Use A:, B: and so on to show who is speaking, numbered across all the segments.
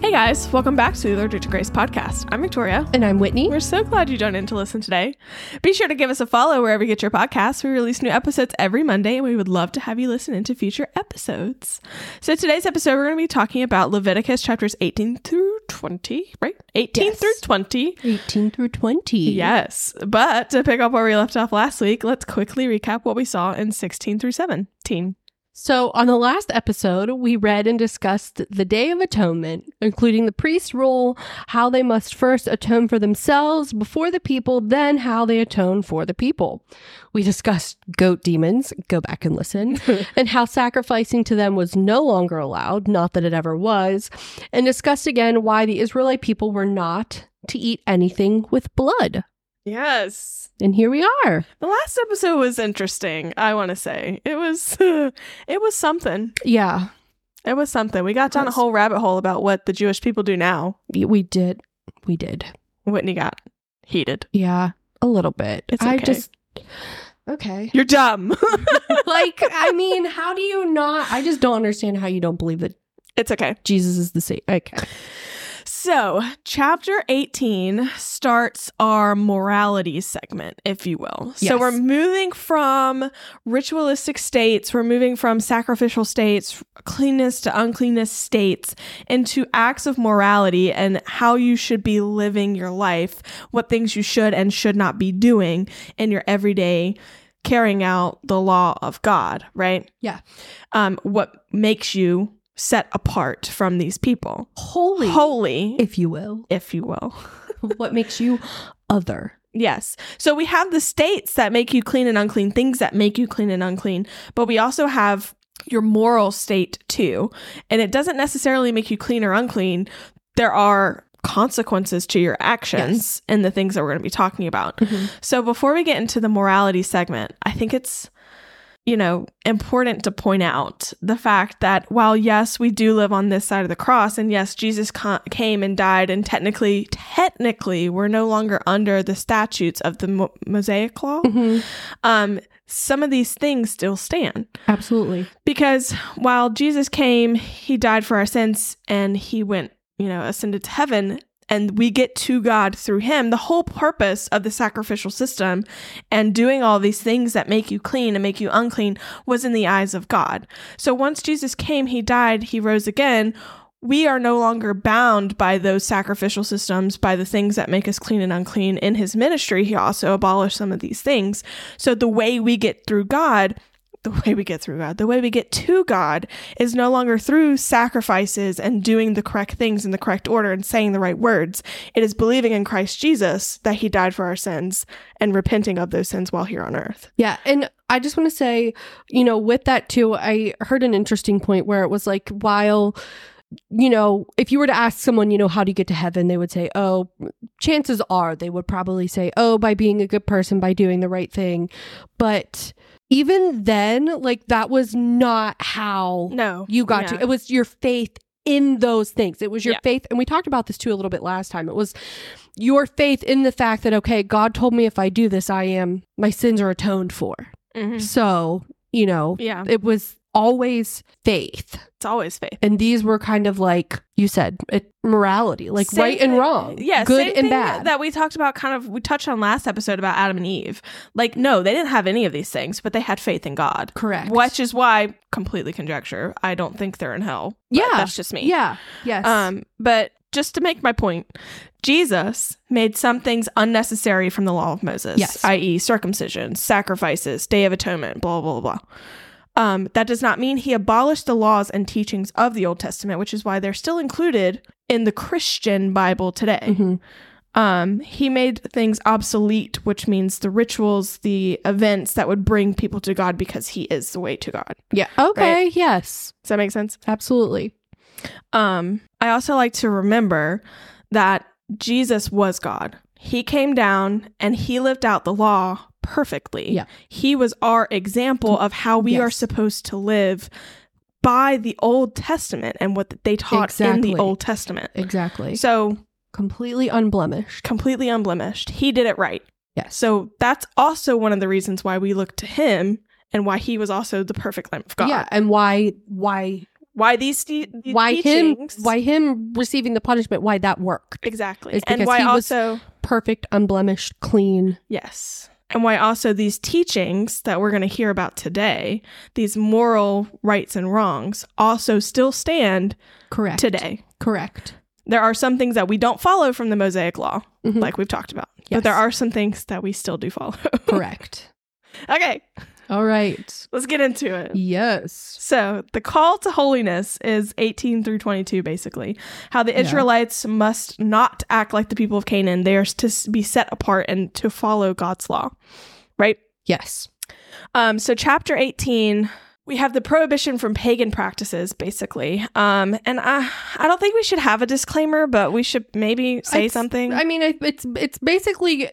A: Hey guys, welcome back to the Allergic to Grace podcast. I'm Victoria.
B: And I'm Whitney.
A: We're so glad you tuned in to listen today. Be sure to give us a follow wherever you get your podcasts. We release new episodes every Monday, and we would love to have you listen into future episodes. So today's episode, we're going to be talking about Leviticus chapters 18 through 20, right? 18
B: Yes.
A: through 20.
B: 18 through 20.
A: Yes, but to pick up where we left off last week, let's quickly recap what we saw in 16 through 17.
B: So, on the last episode, we read and discussed the Day of Atonement, including the priest's role, how they must first atone for themselves before the people, then how they atone for the people. We discussed goat demons, go back and listen, and how sacrificing to them was no longer allowed, not that it ever was, and discussed again why the Israelite people were not to eat anything with blood.
A: Yes.
B: And here we are.
A: The last episode was interesting, I want to say. It was it was something.
B: Yeah,
A: It was something. We got down a
B: Was.
A: whole rabbit hole about what the Jewish people do now.
B: we did. We did.
A: Whitney got heated.
B: Yeah, a little bit.
A: It's
B: I
A: okay.
B: just okay.
A: You're dumb.
B: like, I mean, how do you not? I just don't understand how you don't believe that
A: it's okay.
B: Jesus is the same. Okay,
A: So, chapter 18 starts our morality segment, if you will. So,
B: Yes.
A: we're moving from ritualistic states, we're moving from sacrificial states, cleanness to uncleanness states, into acts of morality and how you should be living your life, what things you should and should not be doing in your everyday carrying out the law of God, right?
B: Yeah.
A: Um, what makes you set apart from these people?
B: holy,
A: Holy
B: if you will,
A: if you will.
B: what makes you other?
A: Yes. So we have the states that make you clean and unclean, things that make you clean and unclean, but we also have your moral state too. And it doesn't necessarily make you clean or unclean. There are consequences to your actions and the things that we're going to be talking about. So before we get into the morality segment, I think it's you know, important to point out the fact that while yes, we do live on this side of the cross and yes, Jesus co- came and died and technically technically we're no longer under the statutes of the Mo- Mosaic law,
B: Mhm.
A: um some of these things still stand
B: Absolutely.
A: because while Jesus came, he died for our sins and he went, you know, ascended to heaven and we get to God through him. The whole purpose of the sacrificial system and doing all these things that make you clean and make you unclean was in the eyes of God. So once Jesus came, he died, he rose again. We are no longer bound by those sacrificial systems, by the things that make us clean and unclean. In his ministry, he also abolished some of these things. So the way we get through God the way we get through God, the way we get to God is no longer through sacrifices and doing the correct things in the correct order and saying the right words. It is believing in Christ Jesus that he died for our sins and repenting of those sins while here on earth.
B: Yeah. And I just want to say, you know, with that too, I heard an interesting point where it was like, while, you know, if you were to ask someone, you know, how do you get to heaven, they would say, oh, chances are they would probably say, oh, by being a good person, by doing the right thing. But even then, like, that was not how
A: No.
B: you got to. It was your faith in those things. It was your
A: Yeah.
B: faith. And we talked about this too a little bit last time. It was your faith in the fact that, okay, God told me if I do this, I am, my sins are atoned for. So, you know,
A: Mm-hmm. Mm. Yeah.
B: it was always faith.
A: It's always faith.
B: And these were kind of like you said, it, morality, like
A: Same
B: right and
A: thing-
B: wrong,
A: Yeah, same
B: good and
A: thing
B: bad.
A: That we talked about kind of we touched on last episode about Adam and Eve. Like, no, they didn't have any of these things, but they had faith in God.
B: Correct.
A: Which is why completely conjecture. I don't think they're in hell. but
B: Yeah.
A: That's just me.
B: Yeah. Yes.
A: Um, but just to make my point, Jesus made some things unnecessary from the law of Moses,
B: Yes.
A: i.e., circumcision, sacrifices, Day of Atonement, blah blah blah. blah. Um, that does not mean he abolished the laws and teachings of the Old Testament, which is why they're still included in the Christian Bible today.
B: Mhm.
A: Um, he made things obsolete, which means the rituals, the events that would bring people to God because he is the way to God.
B: Yeah. Okay. Yes.
A: Does that make sense?
B: Absolutely.
A: Um, I also like to remember that Jesus was God. He came down and he lived out the law perfectly.
B: Yeah.
A: He was our example of how we
B: Yes.
A: are supposed to live by the Old Testament and what they taught in
B: Exactly.
A: the Old Testament.
B: Exactly.
A: So
B: Completely unblemished.
A: completely unblemished. He did it right.
B: Yes.
A: So that's also one of the reasons why we look to him and why he was also the perfect Lamb of God.
B: Yeah. And why? Why
A: why these, te- these
B: why
A: teachings.
B: him why him receiving the punishment why that worked
A: exactly
B: It's
A: and
B: because
A: why
B: he was-
A: also
B: perfect unblemished clean
A: yes and why also these teachings that we're going to hear about today these moral rights and wrongs also still stand
B: correct
A: today
B: correct
A: there are some things that we don't follow from the mosaic law
B: Mhm.
A: like we've talked about
B: Yes.
A: but there are some things that we still do follow
B: correct
A: okay
B: all right
A: let's get into it
B: yes
A: So, the call to holiness is 18 through 22, basically. How the
B: Yeah.
A: Israelites must not act like the people of Canaan. They are to s- be set apart and to follow God's law, right?
B: yes
A: Um, so, chapter 18, we have the prohibition from pagan practices, basically. Um, and I, I don't think we should have a disclaimer, but we should maybe say
B: It's-
A: something.
B: i mean it- it's it's basically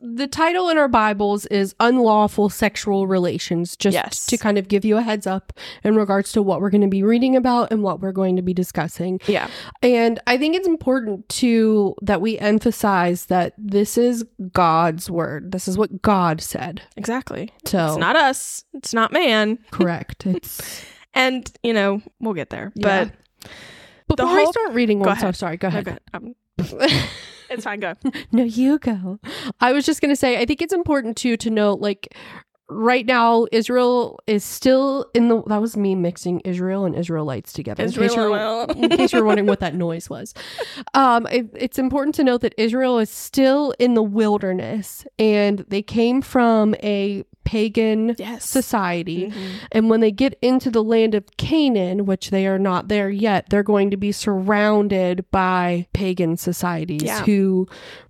B: the title in our bibles is unlawful sexual relations just
A: Yes.
B: to kind of give you a heads up in regards to what we're going to be reading about and what we're going to be discussing
A: yeah.
B: And I think it's important to that we emphasize that this is God's word. This is what God said.
A: Exactly.
B: So
A: It's not us. It's not man.
B: correct. It's
A: And, you know, we'll get there.
B: Yeah. but
A: The
B: before I
A: whole-
B: start reading
A: go
B: one, so
A: ahead.
B: sorry, go
A: But,
B: ahead.
A: okay, um, it's fine. Go.
B: no, you go. I was just gonna say I think it's important too to note like right now Israel is still in the that was me mixing Israel and Israelites together. In case you're- in case you're wondering what that noise was. Um, it- it's important to note that Israel is still in the wilderness and they came from a pagan
A: Yes.
B: society. And when they get into the land of Canaan, which they are not there yet, they're going to be surrounded by pagan societies
A: Yeah.
B: who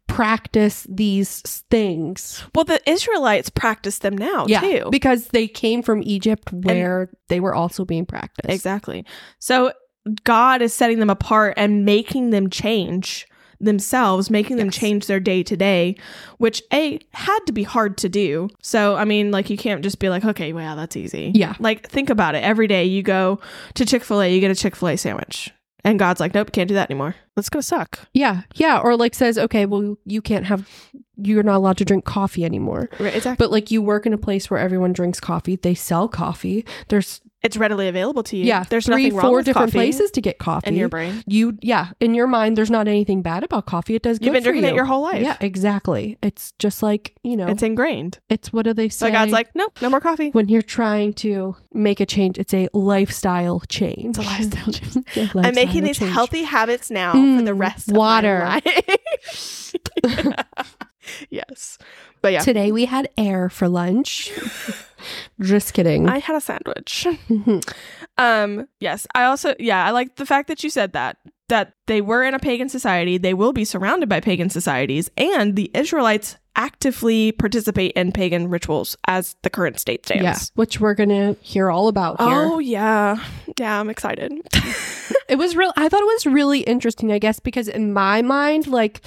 B: practice these things.
A: Well, the Israelites practice them now too.
B: because they came from Egypt where they were also being practiced.
A: Exactly. So God is setting them apart and making them change themselves, making them
B: Yes.
A: change their day to day, which A had to be hard to do. So I mean, like you can't just be like, okay, wow, that's easy.
B: Yeah.
A: Like think about it. Every day you go to Chick-fil-A, you get a Chick-fil-A sandwich. And God's like, Nope, can't do that anymore. That's gonna suck.
B: Yeah, yeah, or like says, okay, well, you can't have, you're not allowed to drink coffee anymore.
A: Right, exactly.
B: But like, you work in a place where everyone drinks coffee. They sell coffee. There's
A: It's readily available to you.
B: yeah,
A: There's
B: three,
A: nothing wrong
B: four
A: with
B: different
A: coffee
B: places to get coffee.
A: in your brain.
B: you yeah, in your mind, there's not anything bad about coffee. It does.
A: You've
B: good
A: been
B: for
A: drinking it
B: you.
A: your whole life.
B: Yeah, exactly. It's just like you know,
A: It's
B: it's,
A: ingrained.
B: what do they
A: So
B: say?
A: God's like, nope, no more coffee.
B: when you're trying to make a change, it's a lifestyle
A: It's
B: change.
A: a lifestyle change.
B: Yeah,
A: I'm making
B: lifestyle
A: these
B: change.
A: healthy habits now for the
B: Mm,
A: rest
B: water.
A: of my life. yes. But yeah,
B: Today we had air for lunch. just kidding.
A: I had a sandwich.
B: Mm-hmm.
A: Um, yes. I also yeah, I like the fact that you said that that they were in a pagan society, they will be surrounded by pagan societies, and the Israelites actively participate in pagan rituals as the current state stands.
B: Yeah, which we're gonna hear all about here.
A: Oh yeah. Yeah, I'm excited.
B: It was real. I thought it was really interesting. I guess because in my mind, like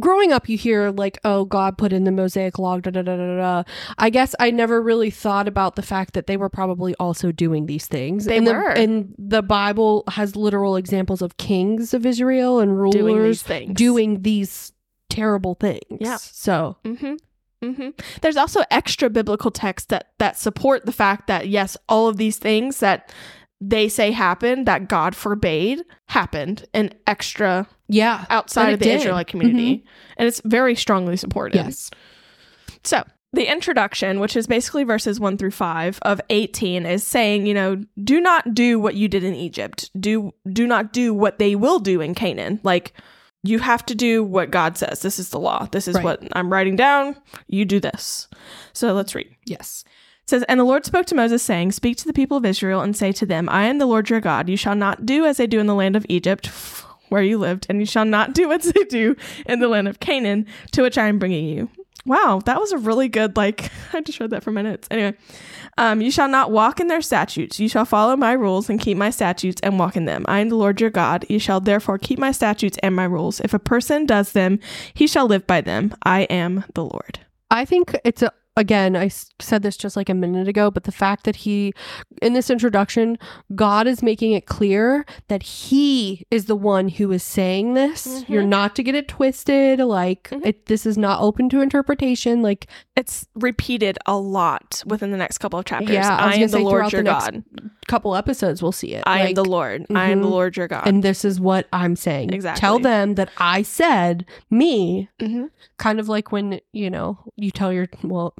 B: growing up, you hear like, "Oh, God put in the Mosaic Law." Da da da da da. I guess I never really thought about the fact that they were probably also doing these things.
A: They
B: and the,
A: were.
B: and the Bible has literal examples of kings of Israel and rulers
A: Doing these things.
B: doing these terrible things.
A: Yeah.
B: So
A: Mm-hmm. Mm-hmm. There's also extra biblical texts that that support the fact that yes, all of these things that they say happened that God forbade happened in extra
B: yeah.
A: outside
B: it
A: of the
B: did. Mm-hmm.
A: Israelite community, and it's very strongly supported.
B: Yes.
A: So the introduction, which is basically verses one through five of 18, is saying, you know, do not do what you did in Egypt. Do do not do what they will do in Canaan. Like you have to do what God says. This is the law. This is
B: Right.
A: what I'm writing down. You do this. So let's read.
B: Yes.
A: It says, And the Lord spoke to Moses, saying, Speak to the people of Israel, and say to them, I am the Lord your God. You shall not do as they do in the land of Egypt, where you lived, and you shall not do as they do in the land of Canaan, to which I am bringing you. Wow, that was a really good, like, I just read that for my notes. Anyway, um, you shall not walk in their statutes. You shall follow my rules and keep my statutes and walk in them. I am the Lord your God. You shall therefore keep my statutes and my rules. If a person does them, he shall live by them. I am the Lord.
B: I think it's a, again, I s- said this just like a minute ago, but the fact that he, in this introduction, God is making it clear that he is the one who is saying this.
A: Mhm.
B: You're not to get it twisted. Like,
A: Mhm.
B: it, this is not open to interpretation. Like,
A: it's repeated a lot within the next couple of chapters.
B: Yeah, I
A: I, am
B: was gonna
A: the
B: say
A: Lord
B: throughout
A: your
B: the next-
A: God.
B: couple episodes we'll see it.
A: I am
B: Like,
A: the Lord. I am the
B: mhm.
A: Lord your God.
B: and this is what I'm saying.
A: Exactly.
B: Tell them that I said me,
A: hmm
B: kind of like when, you know, you tell your, well,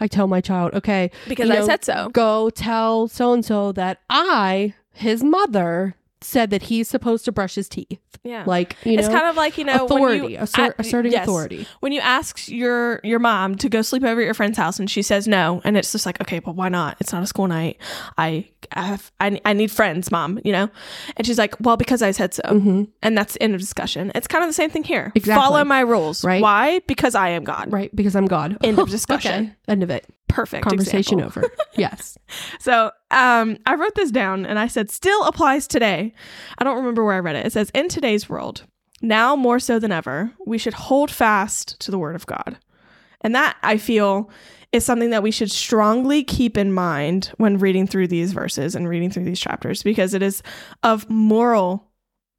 B: I tell my child, okay,
C: because
B: You
C: I
B: know,
C: said so.
B: go tell so and so that I, his mother, said that he's supposed to brush his teeth.
A: Yeah.
B: Like, you know,
A: it's kind of like you know
B: authority,
A: when you,
B: assert,
A: I-
B: asserting
A: yes.
B: authority.
A: When you ask your your mom to go sleep over at your friend's house and she says no, and it's just like okay, but why not? It's not a school night. I I have, I, I need friends, mom. You know, and she's like, well, because I said so,
B: Mm-hmm.
A: and that's the end of discussion. It's kind of the same thing here.
B: Exactly.
A: Follow my rules.
B: Right.
A: Why? Because I am God.
B: Right. Because I'm God.
A: End of discussion.
B: Okay. End of it.
A: Perfect
B: Conversation
A: example.
B: over. Yes.
A: So um, I wrote this down and I said, still applies today. I don't remember where I read it. It says, in today's world, now more so than ever, we should hold fast to the word of God. And that I feel is something that we should strongly keep in mind when reading through these verses and reading through these chapters because it is of moral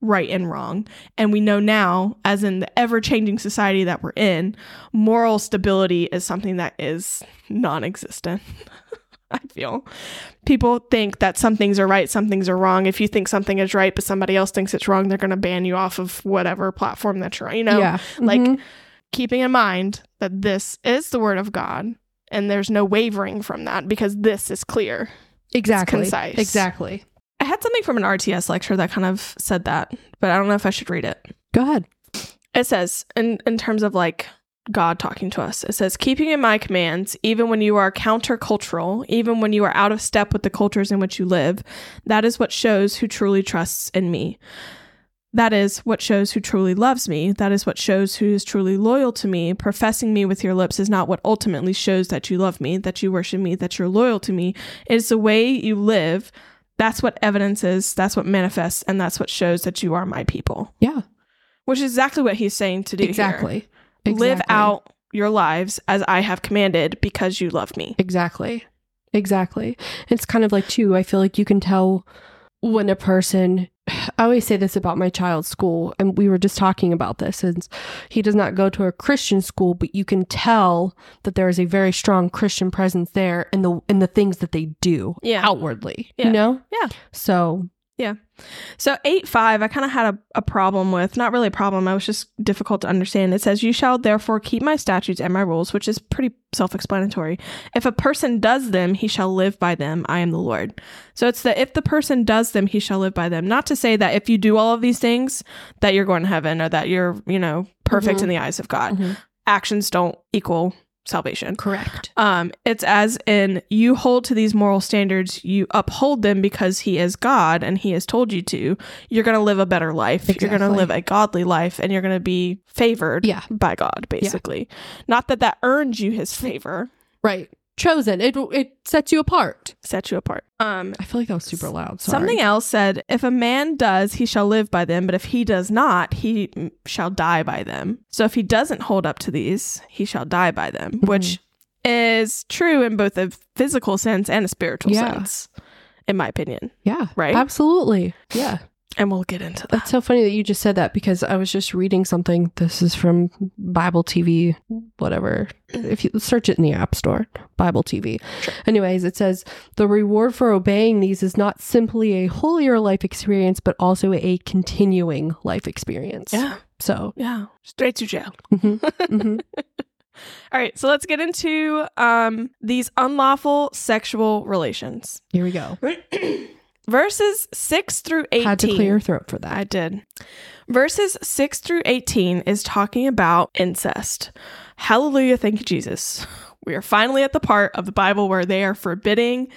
A: right and wrong. And we know now, as in the ever changing society that we're in, moral stability is something that is non existent. I feel people think that some things are right, some things are wrong. If you think something is right, but somebody else thinks it's wrong, they're going to ban you off of whatever platform that you're on. You know,
B: yeah.
A: like
B: Mhm.
A: keeping in mind that this is the word of God and there's no wavering from that because this is clear.
B: exactly.
A: concise.
B: Exactly.
A: I had something from an RTS lecture that kind of said that, but I don't know if I should read it.
B: Go ahead.
A: It says, in, in terms of like God talking to us, it says, keeping in my commands, even when you are countercultural, even when you are out of step with the cultures in which you live, that is what shows who truly trusts in me. That is what shows who truly loves me. That is what shows who is truly loyal to me. Professing me with your lips is not what ultimately shows that you love me, that you worship me, that you're loyal to me. It is the way you live. That's what evidences, that's what manifests, and that's what shows that you are my people
B: Yeah.
A: which is exactly what he's saying to do. here.
B: Exactly.
A: Live
B: Exactly.
A: out your lives as I have commanded because you love me.
B: Exactly. Exactly. It's kind of like, too, I feel like you can tell when a person, I always say this about my child's school, and we were just talking about this since he does not go to a Christian school, but you can tell that there is a very strong Christian presence there in the in the things that they do
A: Yeah.
B: outwardly.
A: Yeah.
B: You know?
A: Yeah.
B: So
A: So, 8 5, I kind of had a, a problem with, not really a problem, I was just difficult to understand. It says, You shall therefore keep my statutes and my rules, which is pretty self explanatory. If a person does them, he shall live by them. I am the Lord. So, it's that if the person does them, he shall live by them. Not to say that if you do all of these things, that you're going to heaven or that you're, you know, perfect
B: Mhm.
A: in the eyes of God.
B: Mhm.
A: Actions don't equal salvation.
B: correct.
A: Um, it's as in you hold to these moral standards, you uphold them because he is God and he has told you to. You're going to live a better life. You're going to
B: Exactly.
A: live a godly life and you're going to be favored
B: Yeah.
A: by God, basically. Not that that earns you his favor,
B: Right. Chosen. It it sets you apart.
A: set you apart. Um,
B: I feel like that was super loud. Sorry.
A: Something else said, If a man does, he shall live by them, but if he does not, he mm, shall die by them. So if he doesn't hold up to these, he shall die by them,
B: Mm-hmm.
A: which is true in both a physical sense and a spiritual
B: Yeah.
A: sense, in my opinion.
B: Yeah.
A: Right?
B: Absolutely. Yeah.
A: And we'll get into that.
B: That's so funny that you just said that because I was just reading something. This is from Bible TV, whatever. If you search it in the App Store, Bible TV. Anyways, it says the reward for obeying these is not simply a holier life experience, but also a continuing life experience.
A: Yeah.
B: So,
A: Yeah. Straight to jail.
B: mhm, mhm.
A: All right. So let's get into um, these unlawful sexual relations.
B: here we go.
A: Verses 6 through 18.
B: Had to clear your throat for that.
A: I did. Verses 6 through 18 is talking about incest. Hallelujah. Thank you, Jesus. We are finally at the part of the Bible where they are forbidding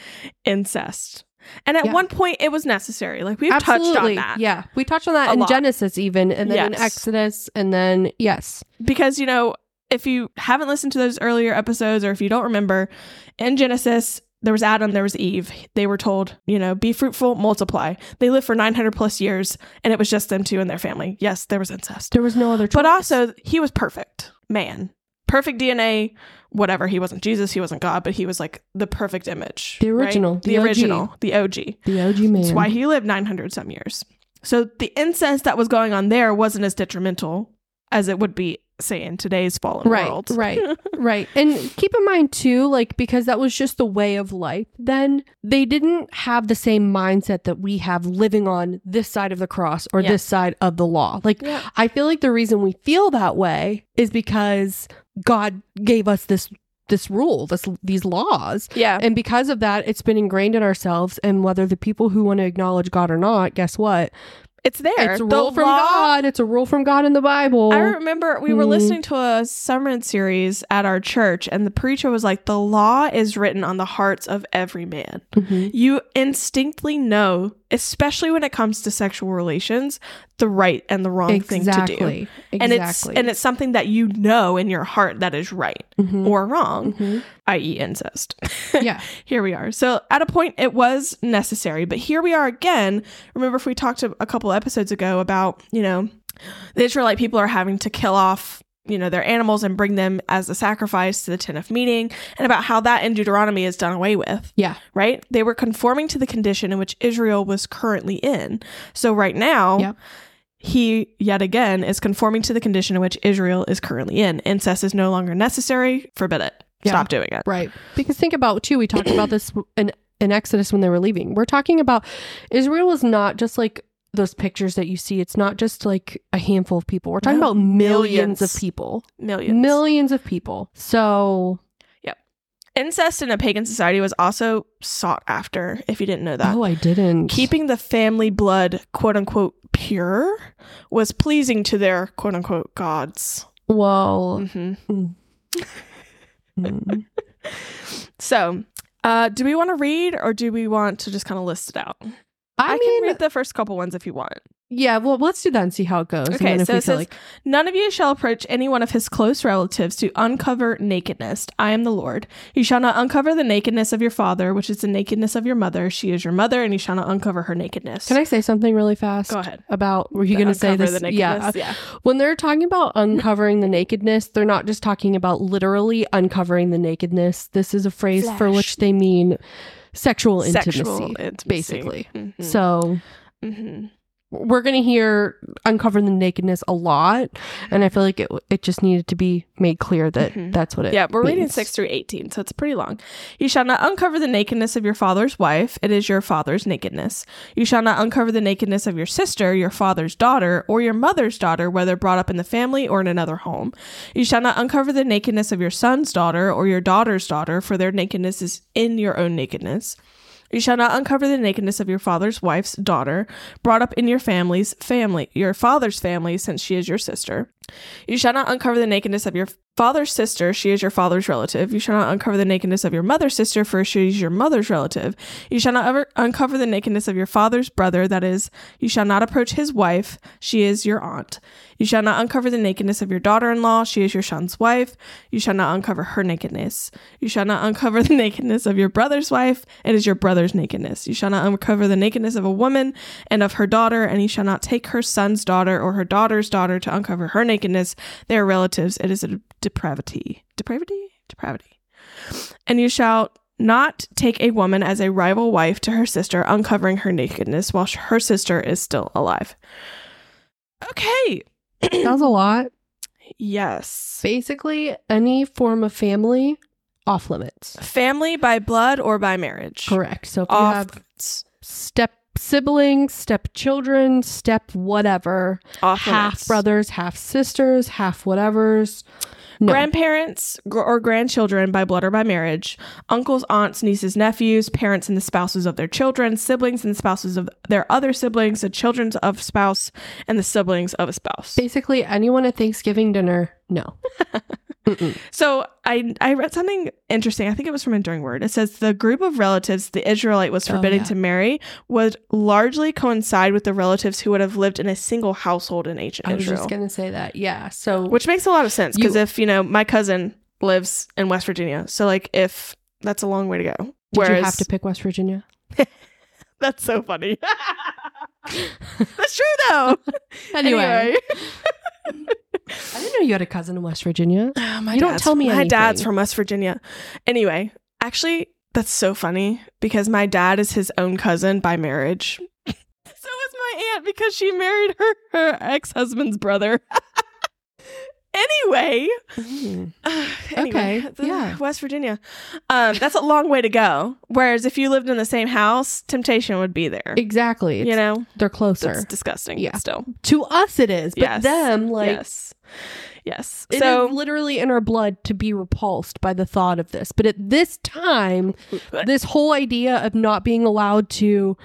A: incest. And at
B: Yeah.
A: one point, it was necessary. Like we've touched on
B: Absolutely.
A: that.
B: Yeah. We touched on that
A: A
B: in
A: lot.
B: Genesis, even, and then in
A: Yes.
B: Exodus, and then, yes.
A: Because, you know, if you haven't listened to those earlier episodes or if you don't remember, in Genesis, there was Adam, there was Eve. They were told, you know, be fruitful, multiply. They lived for 900 plus years, and it was just them two and their family. Yes, there was incest.
B: There was no other choice.
A: But also, he was perfect man, perfect DNA, whatever. He wasn't Jesus, he wasn't God, but he was like the perfect image.
B: The
A: right?
B: original,
A: The,
B: the OG.
A: original, the OG.
B: the OG man.
A: That's why he lived 900 some years. So the incense that was going on there wasn't as detrimental as it would be say in today's fallen
B: right
A: world.
B: right right and keep in mind too like because that was just the way of life then they didn't have the same mindset that we have living on this side of the cross or
A: Yeah.
B: this side of the law like
A: Yeah.
B: i feel like the reason we feel that way is because god gave us this this rule this these laws
A: Yeah.
B: and because of that it's been ingrained in ourselves and whether the people who want to acknowledge god or not guess what
A: It's there.
B: it's a
A: The
B: rule from
A: law-
B: god it's a rule from god in the bible
A: I remember we were
B: Mm.
A: listening to a sermon series at our church, and the preacher was like, The law is written on the hearts of every man.
B: Mhm.
A: You instinctly know, especially when it comes to sexual relations, the right and the wrong thing to do.
B: exactly
A: And it's
B: exactly
A: and it's something that you know in your heart that is right
B: Mhm.
A: or wrong,
B: Mhm.
A: i.e. incest.
B: yeah
A: here we are. So at a point it was necessary, but here we are again. Remember if we talked a a couple episodes ago about, you know, the Israelite people are having to kill off, you know, their animals and bring them as a sacrifice to the tent of meeting and about how that in Deuteronomy is done away with
B: yeah
A: right? They were conforming to the condition in which Israel was currently in. So right now,
B: Yep.
A: he yet again is conforming to the condition in which Israel is currently in. Incest is no longer necessary. Forbid it.
B: Yeah.
A: Stop doing it.
B: right because think about too we talked about this in in exodus when they were leaving we're talking about israel is not just like those pictures that you see it's not just like a handful of people we're talking
A: No.
B: about millions,
A: Millions.
B: of people
A: Millions.
B: millions of people so
A: Incest in a pagan society was also sought after, if you didn't know that.
B: oh i didn't
A: Keeping the family blood, quote unquote, pure was pleasing to their quote unquote gods.
B: well
A: hmm
B: mm.
A: So, uh, do we want to read or do we want to just kind of list it out?
B: i,
A: I,
B: mean
A: can read the first couple ones if you want.
B: yeah well let's do that and see how it goes and
A: Okay,
B: then if
A: so
B: we
A: it
B: feel
A: says-
B: like
A: None of you shall approach any one of his close relatives to uncover nakedness. I am the Lord. You shall not uncover the nakedness of your father, which is the nakedness of your mother. She is your mother, and you shall not uncover her nakedness.
B: can i say something really fast
A: go ahead?
B: about were you going to say
A: Uncover
B: this
A: The
B: yeah
A: nakedness? yeah.
B: When they're talking about uncovering the nakedness, they're not just talking about literally uncovering the nakedness. This is a phrase for
A: Flesh.
B: which they mean sexual intimacy.
A: Sexual intimacy.
B: basically.
A: Mhm.
B: So
A: Mhm.
B: we're going to hear uncover the nakedness a lot. And I feel like it, it just needed to be made clear that
A: Mhm.
B: that's what it
A: Yeah, we're reading
B: means.
A: 6 through 18, so it's pretty long. You shall not uncover the nakedness of your father's wife. It is your father's nakedness. You shall not uncover the nakedness of your sister, your father's daughter, or your mother's daughter, whether brought up in the family or in another home. You shall not uncover the nakedness of your son's daughter or your daughter's daughter, for their nakedness is in your own nakedness. You shall not uncover the nakedness of your father's wife's daughter, brought up in your family's family, your father's family, since she is your sister. You shall not uncover the nakedness of your father's sister, she is your father's relative. You shall not uncover the nakedness of your mother's sister, for she is your mother's relative. You shall not ever uncover the nakedness of your father's brother, that is, you shall not approach his wife, she is your aunt. You shall not uncover the nakedness of your daughter in law, she is your son's wife. You shall not uncover her nakedness. You shall not uncover the nakedness of your brother's wife, it is your brother's nakedness. You shall not uncover the nakedness of a woman and of her daughter, and you shall not take her son's daughter or her daughter's daughter to uncover her nakedness, they are relatives. It is a depravity. Depravity? Depravity. And you shall not take a woman as a rival wife to her sister, uncovering her nakedness while sh- her sister is still alive. Okay.
B: That was a lot.
A: Yes.
B: Basically, any form of family off limits.
A: Family by blood or by marriage.
B: Correct. So if you
A: Off
B: have
A: limits.
B: step siblings, step children, step whatever,
A: Off
B: half
A: limits.
B: brothers, half sisters, half whatever's. No.
A: Grandparents gr- or grandchildren by blood or by marriage, uncles, aunts, nieces, nephews, parents and the spouses of their children, siblings and the spouses of their other siblings, the children of spouse and the siblings of a spouse.
B: Basically, anyone at Thanksgiving dinner, no. Mm-mm.
A: So I I read something interesting. I think it was from Enduring Word. It says the group of relatives the Israelite was
B: Oh,
A: forbidden
B: yeah.
A: to marry would largely coincide with the relatives who would have lived in a single household in ancient
B: I was
A: Israel,
B: just going to say that. Yeah. So,
A: which makes a lot of sense because
B: You-
A: if you know my cousin lives in West Virginia, so like if that's a long way to go.
B: did
A: Whereas
B: you have to pick West Virginia?
A: That's so funny. That's true though.
B: Anyway,
A: Anyway.
B: I didn't know you had a cousin in West Virginia.
A: Oh, my
B: You don't
A: dad's-
B: tell me
A: My dad's
B: anything.
A: from West Virginia. Anyway, actually, that's so funny because my dad is his own cousin by marriage. so is my aunt because she married her her ex husband's brother. Anyway, Mm-hmm. anyway,
B: Okay,
A: the-
B: yeah.
A: West Virginia. Um, that's a long way to go. Whereas if you lived in the same house, temptation would be there.
B: Exactly.
A: you
B: It's-
A: know,
B: They're closer.
A: that's disgusting.
B: Yeah.
A: still.
B: to us, it is. But
A: Yes.
B: them, like,
A: yes, yes.
B: It is
A: so
B: literally in our blood to be repulsed by the thought of this. But at this time,
A: uh,
B: this whole idea of not being allowed to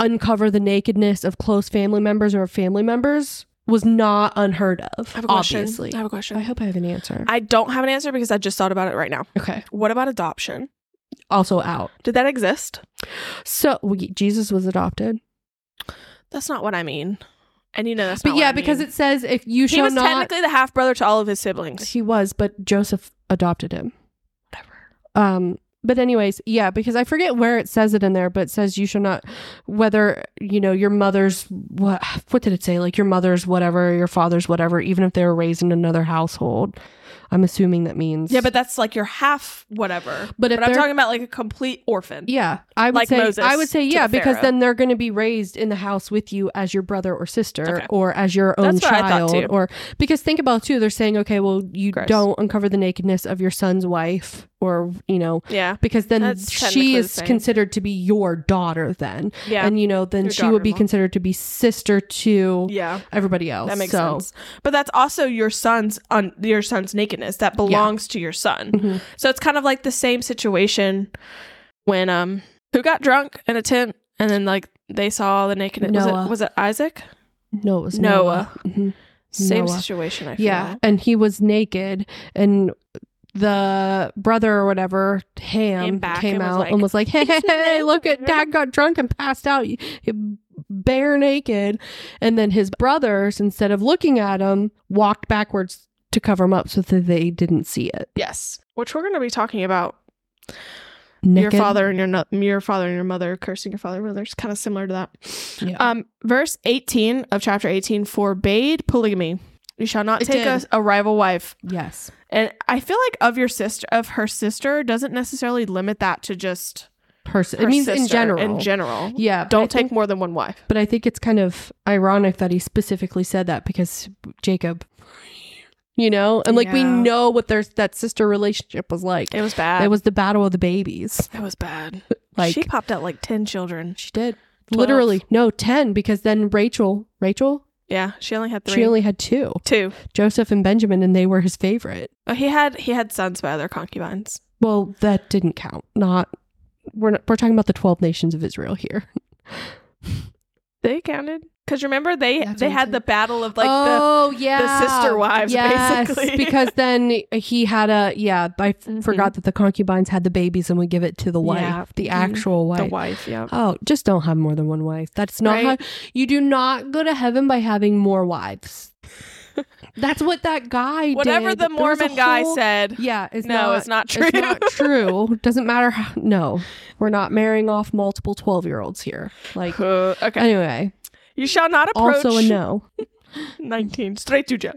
B: uncover the nakedness of close family members or family members was not unheard of.
A: I have a question.
B: obviously,
A: I have a
B: I
A: question.
B: hope I have an answer.
A: I don't have an answer because I just thought about it right now.
B: okay,
A: What about adoption?
B: also out.
A: Did that exist?
B: So we, Jesus was adopted,
A: That's not what I mean. And you know that's
B: but
A: not what
B: yeah,
A: I
B: because
A: mean.
B: it says if you
A: he
B: shall
A: was
B: not.
A: technically the half brother to all of his siblings.
B: He was, but Joseph adopted him.
A: Whatever.
B: Um, but anyways, yeah, because I forget where it says it in there, but it says you shall not whether you know your mother's what what did it say like your mother's whatever your father's whatever even if they were raised in another household. I'm assuming that means
A: Yeah, but that's like your half whatever.
B: But
A: But,
B: if
A: I'm
B: they're-
A: talking about like a complete orphan.
B: yeah, I would
A: Like
B: say
A: Moses
B: I would say
A: to
B: yeah
A: the
B: because
A: Pharaoh.
B: then they're going to be raised in the house with you as your brother or sister
A: Okay.
B: or as your own
A: That's what I thought,
B: child
A: too.
B: or because think about it, too they're saying okay well you
A: Gross.
B: don't uncover the nakedness of your son's wife or you know
A: Yeah.
B: because then
A: That's
B: she
A: technically the
B: is
A: same.
B: considered to be your daughter then
A: Yeah.
B: and you know then
A: Your
B: she would be
A: daughter-in-law.
B: considered to be sister to
A: yeah.
B: everybody else
A: That makes
B: so
A: sense. But that's also your son's on your son's nakedness that belongs to your son.
B: Mhm.
A: So it's kind of like the same situation when um who got drunk in a tent and then like they saw the nakedness. Was
B: Noah.
A: it, was it Isaac?
B: no it was noah,
A: Noah.
B: Mhm.
A: Same
B: Noah.
A: situation. I feel.
B: yeah and he was naked and the brother or whatever ham
A: Came back
B: came
A: and was
B: out
A: like,
B: and was like hey hey, hey look at
A: naked."
B: dad got drunk and passed out you- you bare naked and then his brothers instead of looking at him walked backwards to cover him up so that they didn't see it
A: Yes. Which we're going to be talking about your
B: Naked.
A: father and your no- your father and your mother cursing your father and mother. It's kind of similar to that.
B: Yeah.
A: Um, verse eighteen of chapter eighteen forbade polygamy. You shall not
B: It
A: take a,
B: did.
A: a rival wife.
B: Yes.
A: And I feel like of your sister, of her sister, doesn't necessarily limit that to just.
B: Person.
A: her
B: It means in
A: sister
B: general.
A: In general,
B: Yeah. but I
A: don't take
B: think-
A: more than one wife.
B: But I think it's kind of ironic that he specifically said that because Jacob, you know, and like we
A: Yeah.
B: know what their that sister relationship was like.
A: It was bad.
B: It was the battle of the babies.
A: It was bad.
B: Like
A: she popped out like ten children.
B: she did.
A: Twelve.
B: Literally, no, 10 because then Rachel, Rachel,
A: Yeah, she only had three.
B: she only had two,
A: two.
B: Joseph and Benjamin, and they were his favorite.
A: Oh, he had he had sons by other concubines.
B: Well, that didn't count. Not, we're, not, we're talking about the 12 nations of Israel here.
A: They counted because remember they
B: That's
A: they
B: what I'm
A: had the battle of like the
B: oh yeah
A: sister wives,
B: Yes,
A: basically.
B: because then he had a yeah i f-
A: Mhm.
B: forgot that the concubines had the babies and would give it to the wife
A: Yeah.
B: the
A: Mhm.
B: actual wife
A: the wife. Yeah.
B: oh just don't have more than one wife that's not
A: Right.
B: how you do not go to heaven by having more wives that's what that guy
A: Whatever
B: did.
A: the
B: There was a
A: Mormon guy
B: whole-
A: said.
B: yeah it's
A: no,
B: not,
A: it's not true.
B: it's not true doesn't matter how, no we're not marrying off multiple 12 year olds here like
A: Uh, okay.
B: anyway
A: You shall not approach
B: also a no
A: 19 straight to jail.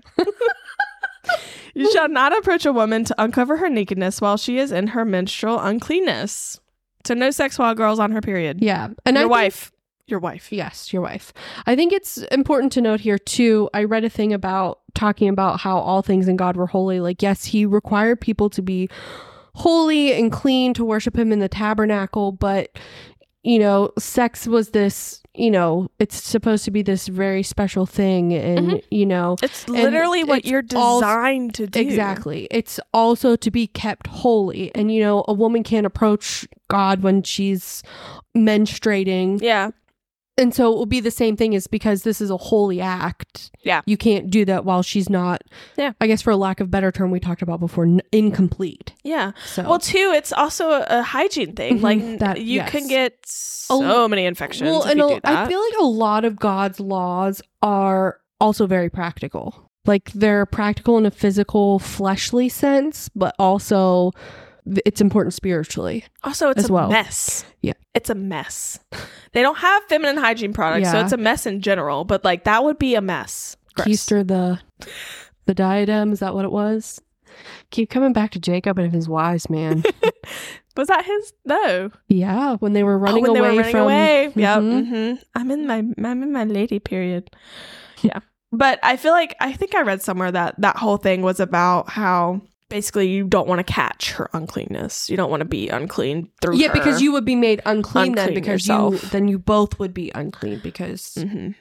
A: you shall not approach a woman to uncover her nakedness while she is in her menstrual uncleanness. So no sex while girls on her period.
B: yeah and
A: your
B: I think-
A: wife. Your wife.
B: Yes, your wife. I think it's important to note here too. I read a thing about talking about how all things in God were holy. Like, yes, he required people to be holy and clean to worship him in the tabernacle, but you know, sex was this, you know, it's supposed to be this very special thing and you know,
A: It's
B: And
A: literally what
B: it's
A: you're
B: all-
A: designed to do.
B: Exactly. It's also to be kept holy. And you know, a woman can't approach God when she's menstruating.
A: Yeah.
B: And so it will be the same thing is because this is a holy act.
A: Yeah.
B: You can't do that while she's not,
A: Yeah.
B: I guess for a lack of better term we talked about before, n- incomplete.
A: Yeah.
B: So
A: Well, too, it's also a- a hygiene thing.
B: Mhm,
A: Like
B: that-
A: you
B: yes.
A: can get so many infections
B: Well,
A: if you
B: a-
A: do that.
B: I feel like a lot of God's laws are also very practical. Like they're practical in a physical, fleshly sense, but also th- it's important spiritually.
A: also, it's
B: as
A: a
B: well.
A: mess.
B: Yeah.
A: It's a mess. They don't have feminine hygiene products, so
B: Yeah.
A: it's a mess in general, but like that would be a mess. Gross.
B: Keister the the diadem, is that what it was? Keep coming back to Jacob and his wives, man.
A: Was that his? No.
B: yeah, when they were running
A: oh, when
B: away Mm-hmm.
A: they were running
B: from
A: away. Yeah.
B: Mhm.
A: hmm I'm in my I'm in my lady period. Yeah. But I feel like I think I read somewhere that that whole thing was about how basically you don't want to catch her uncleanness. You don't want to be unclean through
B: yeah, because
A: her.
B: you would be made unclean, then
A: Unclean
B: because you
A: yourself.
B: then you both would be unclean because
A: Mhm.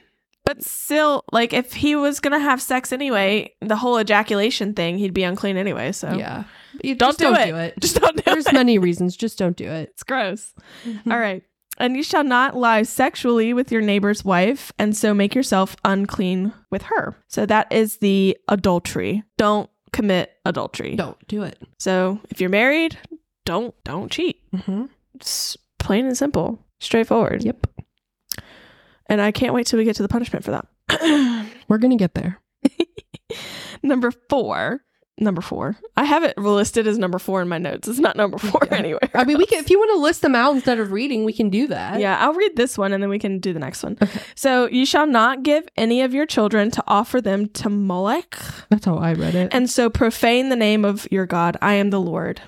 A: But still, like if he was gonna have sex anyway, the whole ejaculation thing, he'd be unclean anyway. So
B: yeah, you
A: Don't
B: just
A: do
B: don't
A: it.
B: do it.
A: just don't do
B: There's
A: it. Mm-hmm.
B: many reasons. Just don't do it. Mm-hmm.
A: it's gross.
B: Hmm.
A: All right. And you shall not lie sexually with your neighbor's wife, and so make yourself unclean with her. So that is the adultery. Don't commit adultery.
B: Don't do it.
A: So if you're married, don't don't cheat.
B: Mm-hmm.
A: It's plain and simple, straightforward.
B: Yep,
A: And I can't wait till we get to the punishment for that.
B: we're gonna get there.
A: number four. Number four. I have it listed as number four in my notes. It's not number four
B: Yeah.
A: anywhere.
B: I mean, we can if you want to list them out instead of reading, we can do that.
A: Yeah, I'll read this one and then we can do the next one.
B: Okay.
A: So, you shall not give any of your children to offer them to Molech,
B: that's how I read it.
A: and so profane the name of your God. I am the Lord.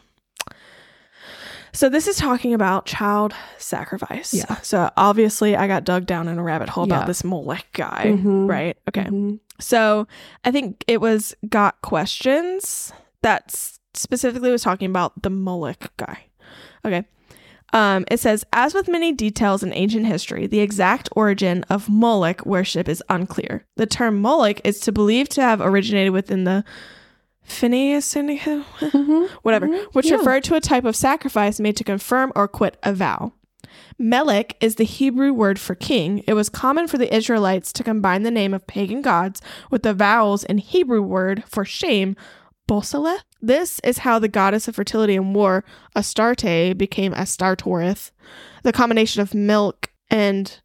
A: So, this is talking about child sacrifice.
B: Yeah.
A: So, obviously, I got dug down in a rabbit hole
B: Yeah.
A: about this Molech guy,
B: Mhm.
A: right? Okay.
B: Mhm.
A: So I think it was Got Questions that s- specifically was talking about the Moloch guy. Okay. Um, it says, as with many details in ancient history, the exact origin of Moloch worship is unclear. The term Moloch is to believe to have originated within the Phoenician,
B: Mhm.
A: whatever,
B: Mhm.
A: which
B: Yeah.
A: referred to a type of sacrifice made to confirm or quit a vow. Melech is the Hebrew word for king. It was common for the Israelites to combine the name of pagan gods with the vowels in Hebrew word for shame, Bosele. This is how the goddess of fertility and war, Astarte, became Astartoreth. The combination of milk and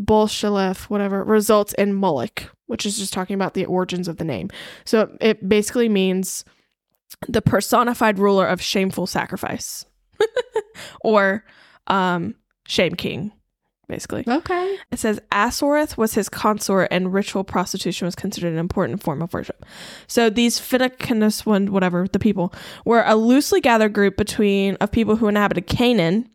A: Bolshelef, whatever, results in Moloch, which is just talking about the origins of the name. So it basically means the personified ruler of shameful sacrifice or um, shame king, basically.
B: Okay.
A: It says Asoreth was his consort, and ritual prostitution was considered an important form of worship. So these Finnecanuswan, whatever the people, were a loosely gathered group between of people who inhabited Canaan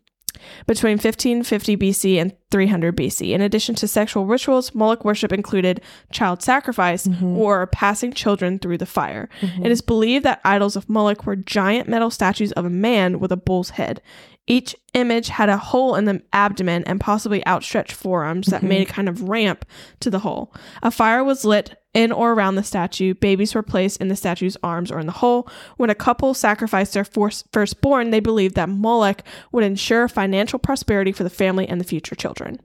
A: between 1550 BC and 300 BC. In addition to sexual rituals, Moloch worship included child sacrifice
B: Mhm.
A: or passing children through the fire.
B: Mhm.
A: It is believed that idols of Moloch were giant metal statues of a man with a bull's head. Each image had a hole in the abdomen and possibly outstretched forearms that
B: Mhm.
A: made a kind of ramp to the hole. A fire was lit in or around the statue. Babies were placed in the statue's arms or in the hole. When a couple sacrificed their force- firstborn, they believed that Moloch would ensure financial prosperity for the family and the future children.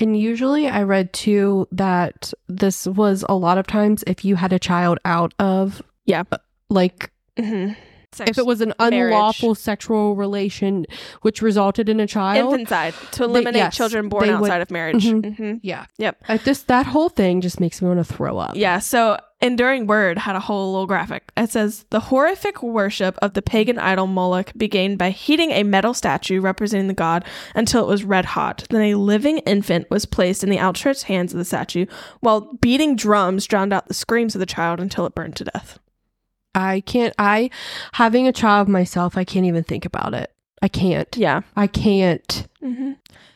B: And usually I read too that this was a lot of times if you had a child out of
A: Yeah.
B: uh, like
A: Mm-hmm.
B: if it was an
A: marriage.
B: unlawful sexual relation which resulted in a child
A: infanticide to eliminate
B: yes,
A: children born
B: they would-
A: outside of marriage.
B: Mhm.
A: hmm
B: yeah
A: Yep.
B: I just that whole thing just makes me want to throw up
A: Yeah, so Enduring Word had a whole little graphic. It says the horrific worship of the pagan idol Moloch began by heating a metal statue representing the god until it was red hot. Then a living infant was placed in the outstretched hands of the statue, while beating drums drowned out the screams of the child until it burned to death.
B: I can't I having a child myself I can't even think about it I can't
A: Yeah.
B: I can't
A: hmm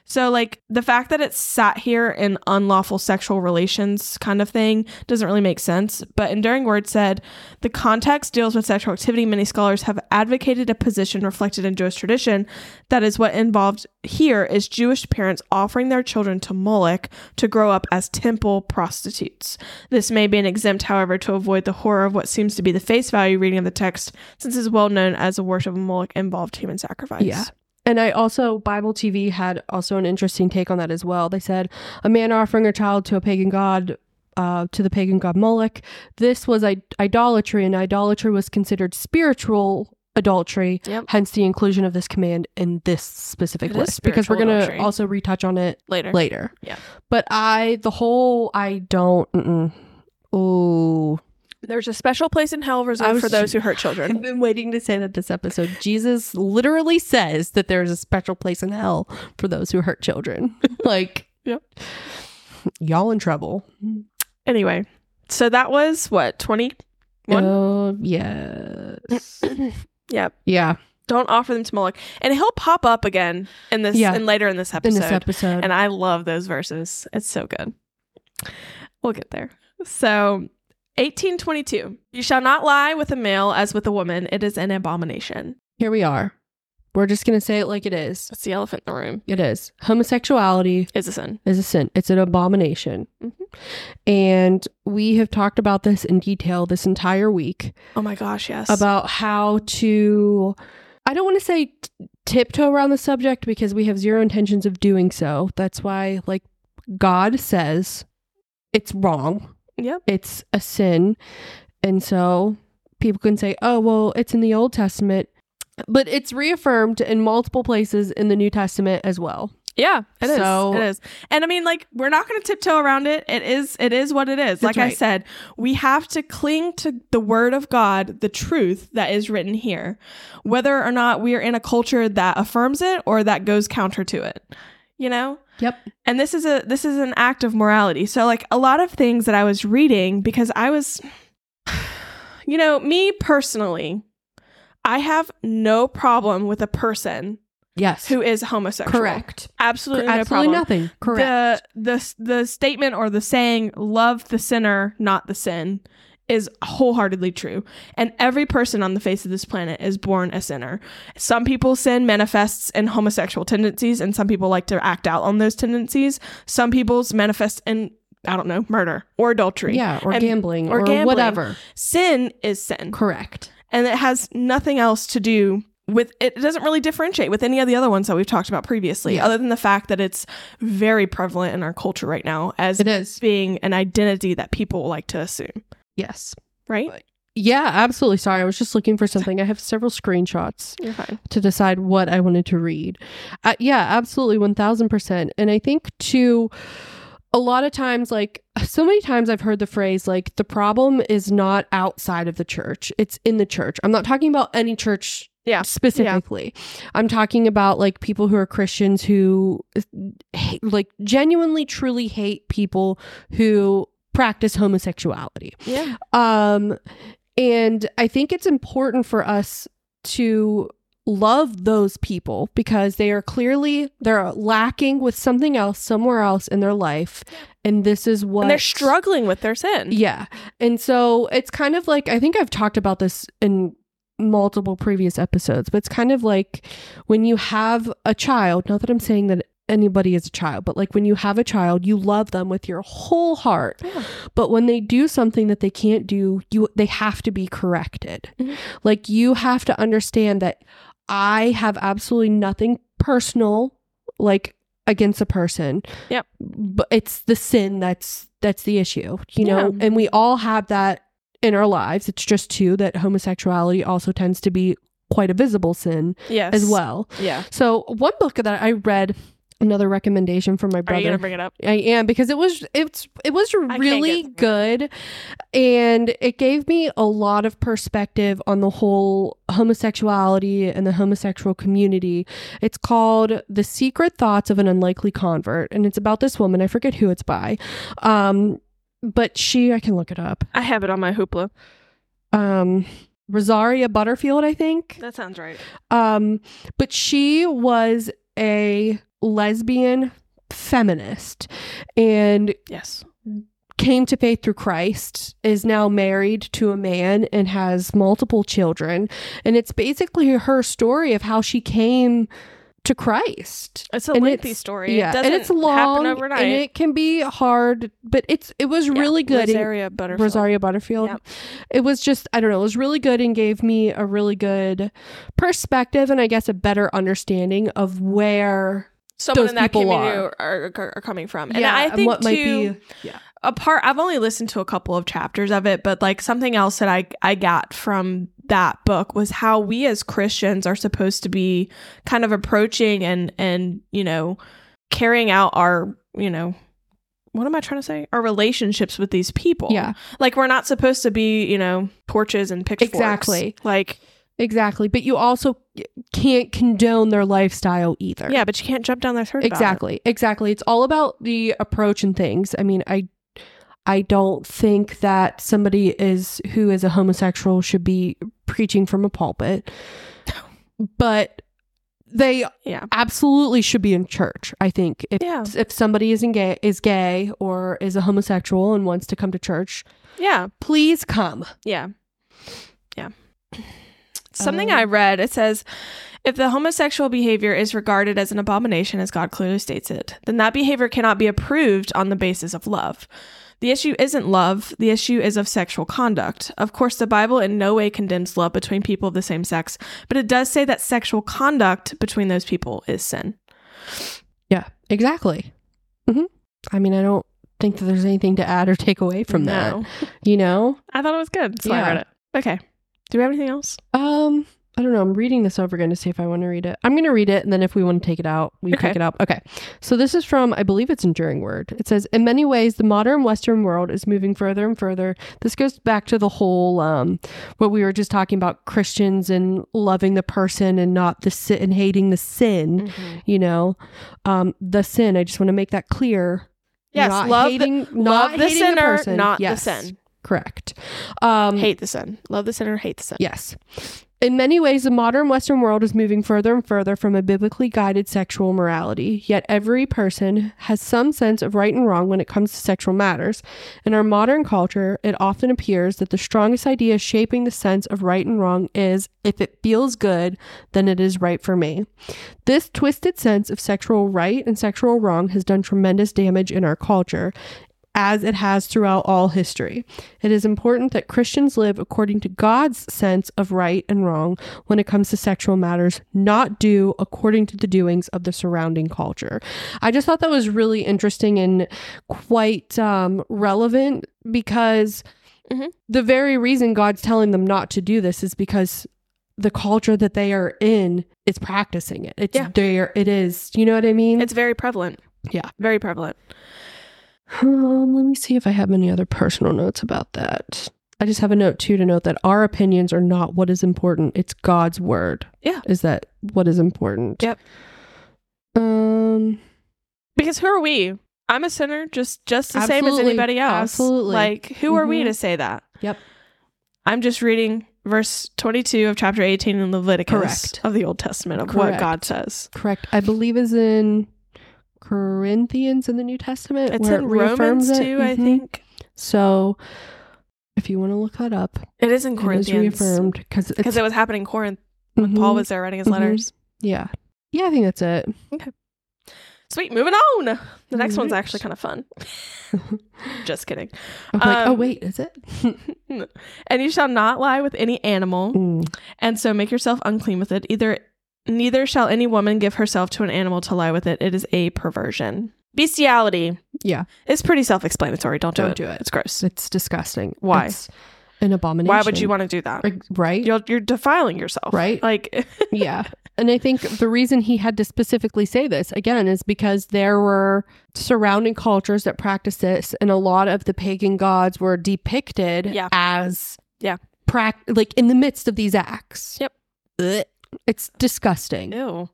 A: So, like, the fact that it's sat here in unlawful sexual relations kind of thing doesn't really make sense. But Enduring Word said the context deals with sexual activity. Many scholars have advocated a position reflected in Jewish tradition that is what involved here is Jewish parents offering their children to Moloch to grow up as temple prostitutes. This may be an exempt, however, to avoid the horror of what seems to be the face value reading of the text, since it's well known as a worship of Moloch involved human sacrifice.
B: Yeah. And I also, Bible TV had also an interesting take on that as well. They said a man offering a child to a pagan god, uh, to the pagan god Moloch. This was I- idolatry, and idolatry was considered spiritual adultery.
A: Yep.
B: Hence the inclusion of this command in this specific
A: It is
B: list because we're
A: spiritual
B: going to
A: adultery.
B: also retouch on it
A: Later.
B: later.
A: Yeah.
B: But I, the whole, I don't. Mm-mm. Ooh.
A: There's a special place in hell
B: I
A: reserved
B: was
A: for those who hurt children.
B: I've been waiting to say that this episode. Jesus literally says that there is a special place in hell for those who hurt children. like,
A: Yep.
B: y'all in trouble.
A: Anyway, so that was what, 21?
B: Oh, yes.
A: yeah.
B: yeah.
A: Don't offer them to Moloch. And he'll pop up again in this
B: Yeah.
A: and later in this
B: In
A: episode.
B: this episode.
A: And I love those verses. It's so good. We'll get there. So, 1822. You shall not lie with a male as with a woman. It is an abomination.
B: Here we are. We're just going to say it like it is.
A: That's the elephant in the room.
B: It is. Homosexuality
A: Is a sin.
B: is a sin, it's an abomination.
A: Mhm.
B: And we have talked about this in detail this entire week.
A: Oh my gosh, yes.
B: about how to I don't want to say t- tiptoe around the subject because we have zero intentions of doing so. That's why like God says it's wrong.
A: Yep.
B: It's a sin. And so people can say, "Oh, well, it's in the Old Testament." But it's reaffirmed in multiple places in the New Testament as well.
A: Yeah, it is.
B: So-
A: It is. And I mean, like, we're not going to tiptoe around it. It is. It is what it is.
B: That's
A: like I
B: right.
A: said, we have to cling to the word of God, the truth that is written here, whether or not we are in a culture that affirms it or that goes counter to it. You know.
B: Yep.
A: And this is a this is an act of morality. So like a lot of things that I was reading because I was, you know, me personally, I have no problem with a person
B: Yes.
A: who is homosexual.
B: Correct.
A: Absolutely, no
B: Absolutely
A: problem
B: nothing. Correct.
A: the the the statement or the saying love the sinner not the sin is wholeheartedly true and every person on the face of this planet is born a sinner some people sin manifests in homosexual tendencies and some people like to act out on those tendencies some people's manifest in i don't know murder or adultery
B: yeah, or
A: and-
B: gambling
A: or
B: or,
A: gambling.
B: whatever.
A: sin is sin
B: Correct.
A: and it has nothing else to do with it doesn't really differentiate with any of the other ones that we've talked about previously
B: Yeah.
A: other than the fact that it's very prevalent in our culture right now as
B: It is.
A: being an identity that people like to assume
B: Yes.
A: right
B: Yeah, absolutely. Sorry, I was just looking for something. I have several screenshots
A: you're fine
B: to decide what I wanted to read. Uh, yeah, absolutely, 1000%. And I think, too, a lot of times, like, so many times I've heard the phrase, like, the problem is not outside of the church, it's in the church. I'm not talking about any church.
A: Yeah.
B: Specifically, I'm talking about like people who are Christians who hate, like genuinely truly hate people who practice homosexuality.
A: yeah
B: Um, and I think it's important for us to love those people because they are clearly they're lacking with something else somewhere else in their life, and this is what
A: and they're struggling with their sin
B: Yeah, and so it's kind of like I think I've talked about this in multiple previous episodes, but it's kind of like when you have a child. Not that I'm saying that anybody is a child, but like when you have a child, you love them with your whole heart
A: Yeah.
B: but when they do something that they can't do you they have to be corrected
A: Mhm.
B: like you have to understand that i have absolutely nothing personal like against a person
A: Yep.
B: but it's the sin that's that's the issue you know
A: Yeah.
B: and we all have that in our lives it's just too that homosexuality also tends to be quite a visible sin
A: yes
B: as well
A: yeah
B: so one book that i read another recommendation from my
A: are you gonna
B: brother
A: bring it up
B: I am because it was it's it was
A: can't
B: really
A: get
B: good and it gave me a lot of perspective on the whole homosexuality and the homosexual community. It's called The Secret Thoughts of an Unlikely Convert and it's about this woman, I forget who it's by. Um but she I can look it up.
A: i have it on my hoopla
B: Um Rosaria Butterfield, I think.
A: that sounds right
B: Um, but she was a lesbian feminist and
A: yes
B: came to faith through Christ, is now married to a man and has multiple children. And it's basically her story of how she came to Christ.
A: it's a
B: And
A: lengthy
B: it's-
A: story it doesn't
B: and it's long
A: happen overnight
B: and it can be hard, but it's it was
A: Yeah.
B: really good. and-
A: Rosaria Butterfield.
B: Rosaria Butterfield.
A: Yep.
B: It was just, I don't know, it was really good and gave me a really good perspective and I guess a better understanding of where
A: someone
B: those
A: in that
B: people
A: community
B: are.
A: are. Are, are coming from and
B: yeah,
A: i think
B: what
A: too
B: might be
A: a part i've only listened to a couple of chapters of it but like something else that i i got from that book was how we as christians are supposed to be kind of approaching and and you know carrying out our you know what am i trying to say our relationships with these people
B: Yeah,
A: like we're not supposed to be you know torches and pitchforks
B: Exactly.
A: like
B: exactly. But you also can't condone their lifestyle either.
A: yeah but you can't jump down their throat about it.
B: Exactly. Exactly. It's all about the approach and things. I mean, I I don't think that somebody is who is a homosexual should be preaching from a pulpit. But They
A: Yeah.
B: absolutely should be in church. I think if
A: Yeah.
B: if somebody is in gay is gay or is a homosexual and wants to come to church,
A: Yeah.
B: please come.
A: Yeah. Yeah. Something
B: Um,
A: I read, it says if the homosexual behavior is regarded as an abomination as God clearly states it, then that behavior cannot be approved on the basis of love. The issue isn't love, the issue is of sexual conduct. Of course, the Bible in no way condemns love between people of the same sex, but it does say that sexual conduct between those people is sin.
B: Yeah, exactly. hmm I mean, I don't think that there's anything to add or take away from that.
A: No.
B: You know,
A: I thought it was good, so
B: Yeah.
A: I read it. Okay. Do we have anything else?
B: um, I don't know. I'm reading this over again to see if I want to read it. I'm going to read it, and then if we want to take it out, we
A: Okay.
B: take it out. Okay. So this is from, I believe it's Enduring Word. It says, in many ways, the modern Western world is moving further and further. This goes back to the whole um, what we were just talking about Christians and loving the person and not the sin and hating the sin.
A: Mm-hmm.
B: you know um the sin i just want to make that clear
A: Yes,
B: not
A: love the-
B: hating, not
A: Love the
B: hating the
A: sinner,
B: person.
A: not
B: yes,
A: the sin.
B: correct um
A: Hate the sin. Love the sinner, hate the sin.
B: yes in many ways the modern western world is moving further and further from a biblically guided sexual morality yet every person has some sense of right and wrong when it comes to sexual matters in our modern culture it often appears that the strongest idea shaping the sense of right and wrong is if it feels good then it is right for me this twisted sense of sexual right and sexual wrong has done tremendous damage in our culture, as it has throughout all history. It is important that Christians live according to God's sense of right and wrong when it comes to sexual matters, not do according to the doings of the surrounding culture. I just thought that was really interesting and quite um, relevant because.
A: Mhm.
B: The very reason God's telling them not to do this is because the culture that they are in is practicing it. It's
A: Yeah.
B: there. It is. You know what I mean?
A: It's very prevalent.
B: Yeah.
A: Very prevalent.
B: Um, let me see if I have any other personal notes about that. I just have a note too to note that our opinions are not what is important. It's God's word.
A: Yeah.
B: Is that what is important?
A: Yep.
B: Um.
A: Because who are we? I'm a sinner just just the same as
B: Absolutely.
A: anybody else.
B: Absolutely.
A: Like who are we
B: Mhm.
A: to say that?
B: Yep.
A: I'm just reading verse 22 of chapter 18 in Leviticus
B: Correct.
A: of the Old Testament of
B: Correct.
A: what God says.
B: Correct. I believe is in Corinthians in the New Testament.
A: It's
B: where
A: in
B: it reaffirms
A: Romans
B: it.
A: too, I
B: Mhm.
A: think.
B: So, if you want to look that up,
A: It is in
B: it is
A: Corinthians
B: reaffirmed because
A: because it was happening in Corinth when Paul was there writing his
B: Mhm.
A: letters.
B: Yeah. Yeah, I think that's it.
A: Sweet, moving on. The next one's
B: Alright.
A: actually kind of fun. Just kidding.
B: I'm like, oh
A: Um,
B: wait, is it?
A: And you shall not lie with any animal.
B: Mm.
A: and so make yourself unclean with it. Either neither shall any woman give herself to an animal to lie with it. It is a perversion. Bestiality.
B: Yeah.
A: It's pretty self-explanatory. Don't do
B: Don't
A: it.
B: do it.
A: It's gross.
B: It's disgusting.
A: Why?
B: It's an abomination.
A: Why would you want to do that?
B: Like, right?
A: You're, you're defiling yourself,
B: Right.
A: Like,
B: yeah. And I think the reason he had to specifically say this again is because there were surrounding cultures that practiced this, and a lot of the pagan gods were depicted
A: Yeah.
B: as
A: Yeah.
B: prac- like in the midst of these acts.
A: Yep.
B: Ugh. It's disgusting.
A: ew.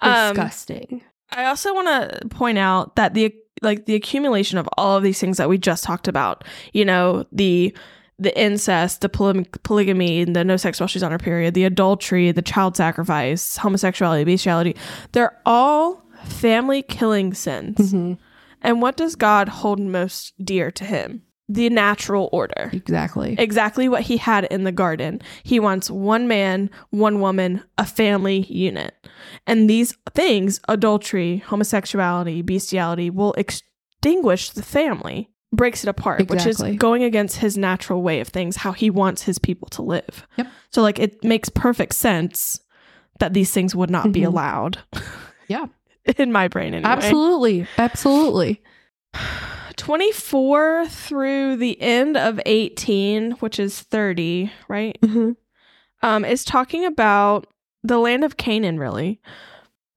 A: Um,
B: Disgusting.
A: I also want to point out that the like the accumulation of all of these things that we just talked about, you know, the the incest, the poly- polygamy, the no sex while she's on her period, the adultery, the child sacrifice, homosexuality, bestiality, they're all family killing sins.
B: Mhm.
A: And what does God hold most dear to him? The natural order.
B: Exactly.
A: Exactly what he had in the garden. He wants one man, one woman, a family unit. And these things, adultery, homosexuality, bestiality, will extinguish the family, breaks it apart, which
B: Exactly.
A: is going against his natural way of things, how he wants his people to live.
B: Yep.
A: So, like, it makes perfect sense that these things would not be
B: Mhm.
A: allowed.
B: Yeah.
A: in my brain, anyway.
B: Absolutely. Absolutely.
A: 24 through the end of 18, which is 30, right?
B: Mm-hmm.
A: Um, is talking about the land of Canaan, really.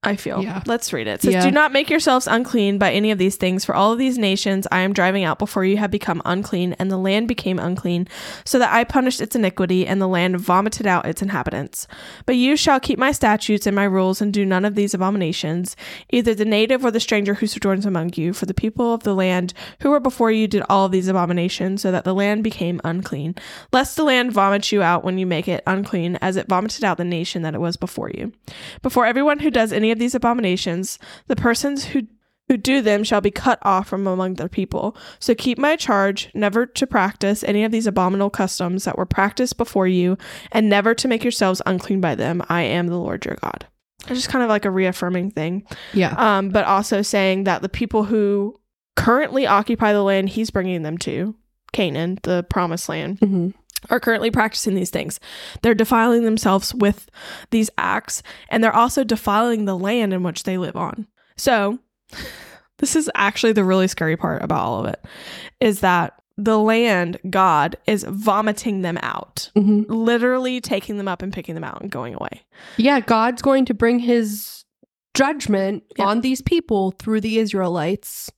A: I feel.
B: Yeah.
A: Let's read it. It says,
B: Yeah.
A: Do not make yourselves unclean by any of these things, for all of these nations I am driving out before you have become unclean, and the land became unclean, so that I punished its iniquity, and the land vomited out its inhabitants. But you shall keep my statutes and my rules, and do none of these abominations, either the native or the stranger who sojourns among you, for the people of the land who were before you did all of these abominations, so that the land became unclean. Lest the land vomit you out when you make it unclean, as it vomited out the nation that it was before you. Before everyone who does any of these abominations, the persons who who do them shall be cut off from among their people. So keep my charge never to practice any of these abominable customs that were practiced before you, and never to make yourselves unclean by them. I am the Lord your God. It's just kind of like a reaffirming thing,
B: Yeah.
A: um, but also saying that the people who currently occupy the land he's bringing them to, Canaan, the promised land,
B: hmm
A: are currently practicing these things. They're defiling themselves with these acts, and they're also defiling the land in which they live on. So, this is actually the really scary part about all of it is that the land, God, is vomiting them out,
B: hmm
A: literally taking them up and picking them out and going away.
B: Yeah, God's going to bring his judgment
A: Yeah.
B: on these people through the Israelites.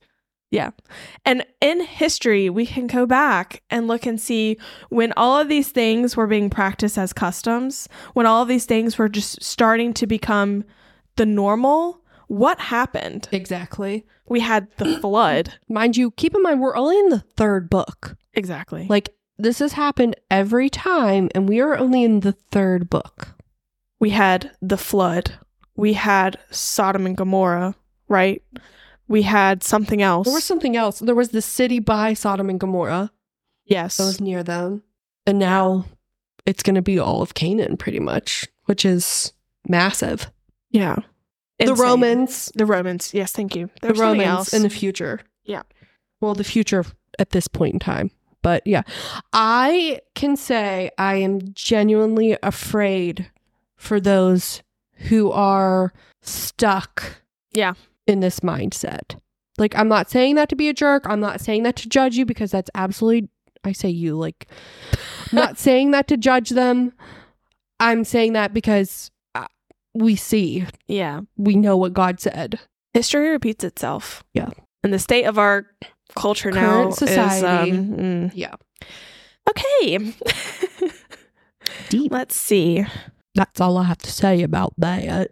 A: And in history, we can go back and look and see when all of these things were being practiced as customs, when all of these things were just starting to become the normal, what happened?
B: Exactly.
A: We had the flood.
B: Mind you, keep in mind, we're only in the third book.
A: Exactly. Like
B: Like, this has happened every time, and we are only in the third book.
A: we had the flood. We had Sodom and Gomorrah, right? We had something else.
B: There was something else. There was the city by Sodom and Gomorrah
A: yes.
B: that was near them. And now it's going to be all of Canaan, pretty much, which is massive.
A: yeah. Insane.
B: The Romans,
A: The Romans. Yes, thank you. There
B: the
A: was something
B: Romans
A: else.
B: in the future.
A: Yeah.
B: Well, the future at this point in time. But yeah, I can say I am genuinely afraid for those who are stuck
A: Yeah.
B: in this mindset. Like I'm not saying that to be a jerk. I'm not saying that to judge you because that's absolutely I say you like I'm not saying that to judge them. I'm saying that because uh, we see,
A: yeah.
B: we know what God said.
A: history repeats itself.
B: Yeah.
A: And the state of our culture now
B: Current society. Mm-hmm.
A: is um, mm.
B: Yeah.
A: Okay.
B: Deep.
A: Let's see.
B: That's all I have to say about that.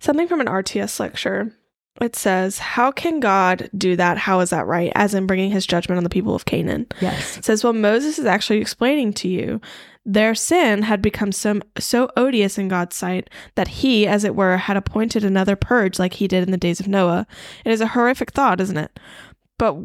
A: Something from an RTS lecture. It says, "How can God do that? How is that right? As in bringing his judgment on the people of Canaan."
B: Yes.
A: It says, "Well, Moses is actually explaining to you their sin had become so, so odious in God's sight that he, as it were, had appointed another purge like he did in the days of Noah. It is a horrific thought, isn't it? But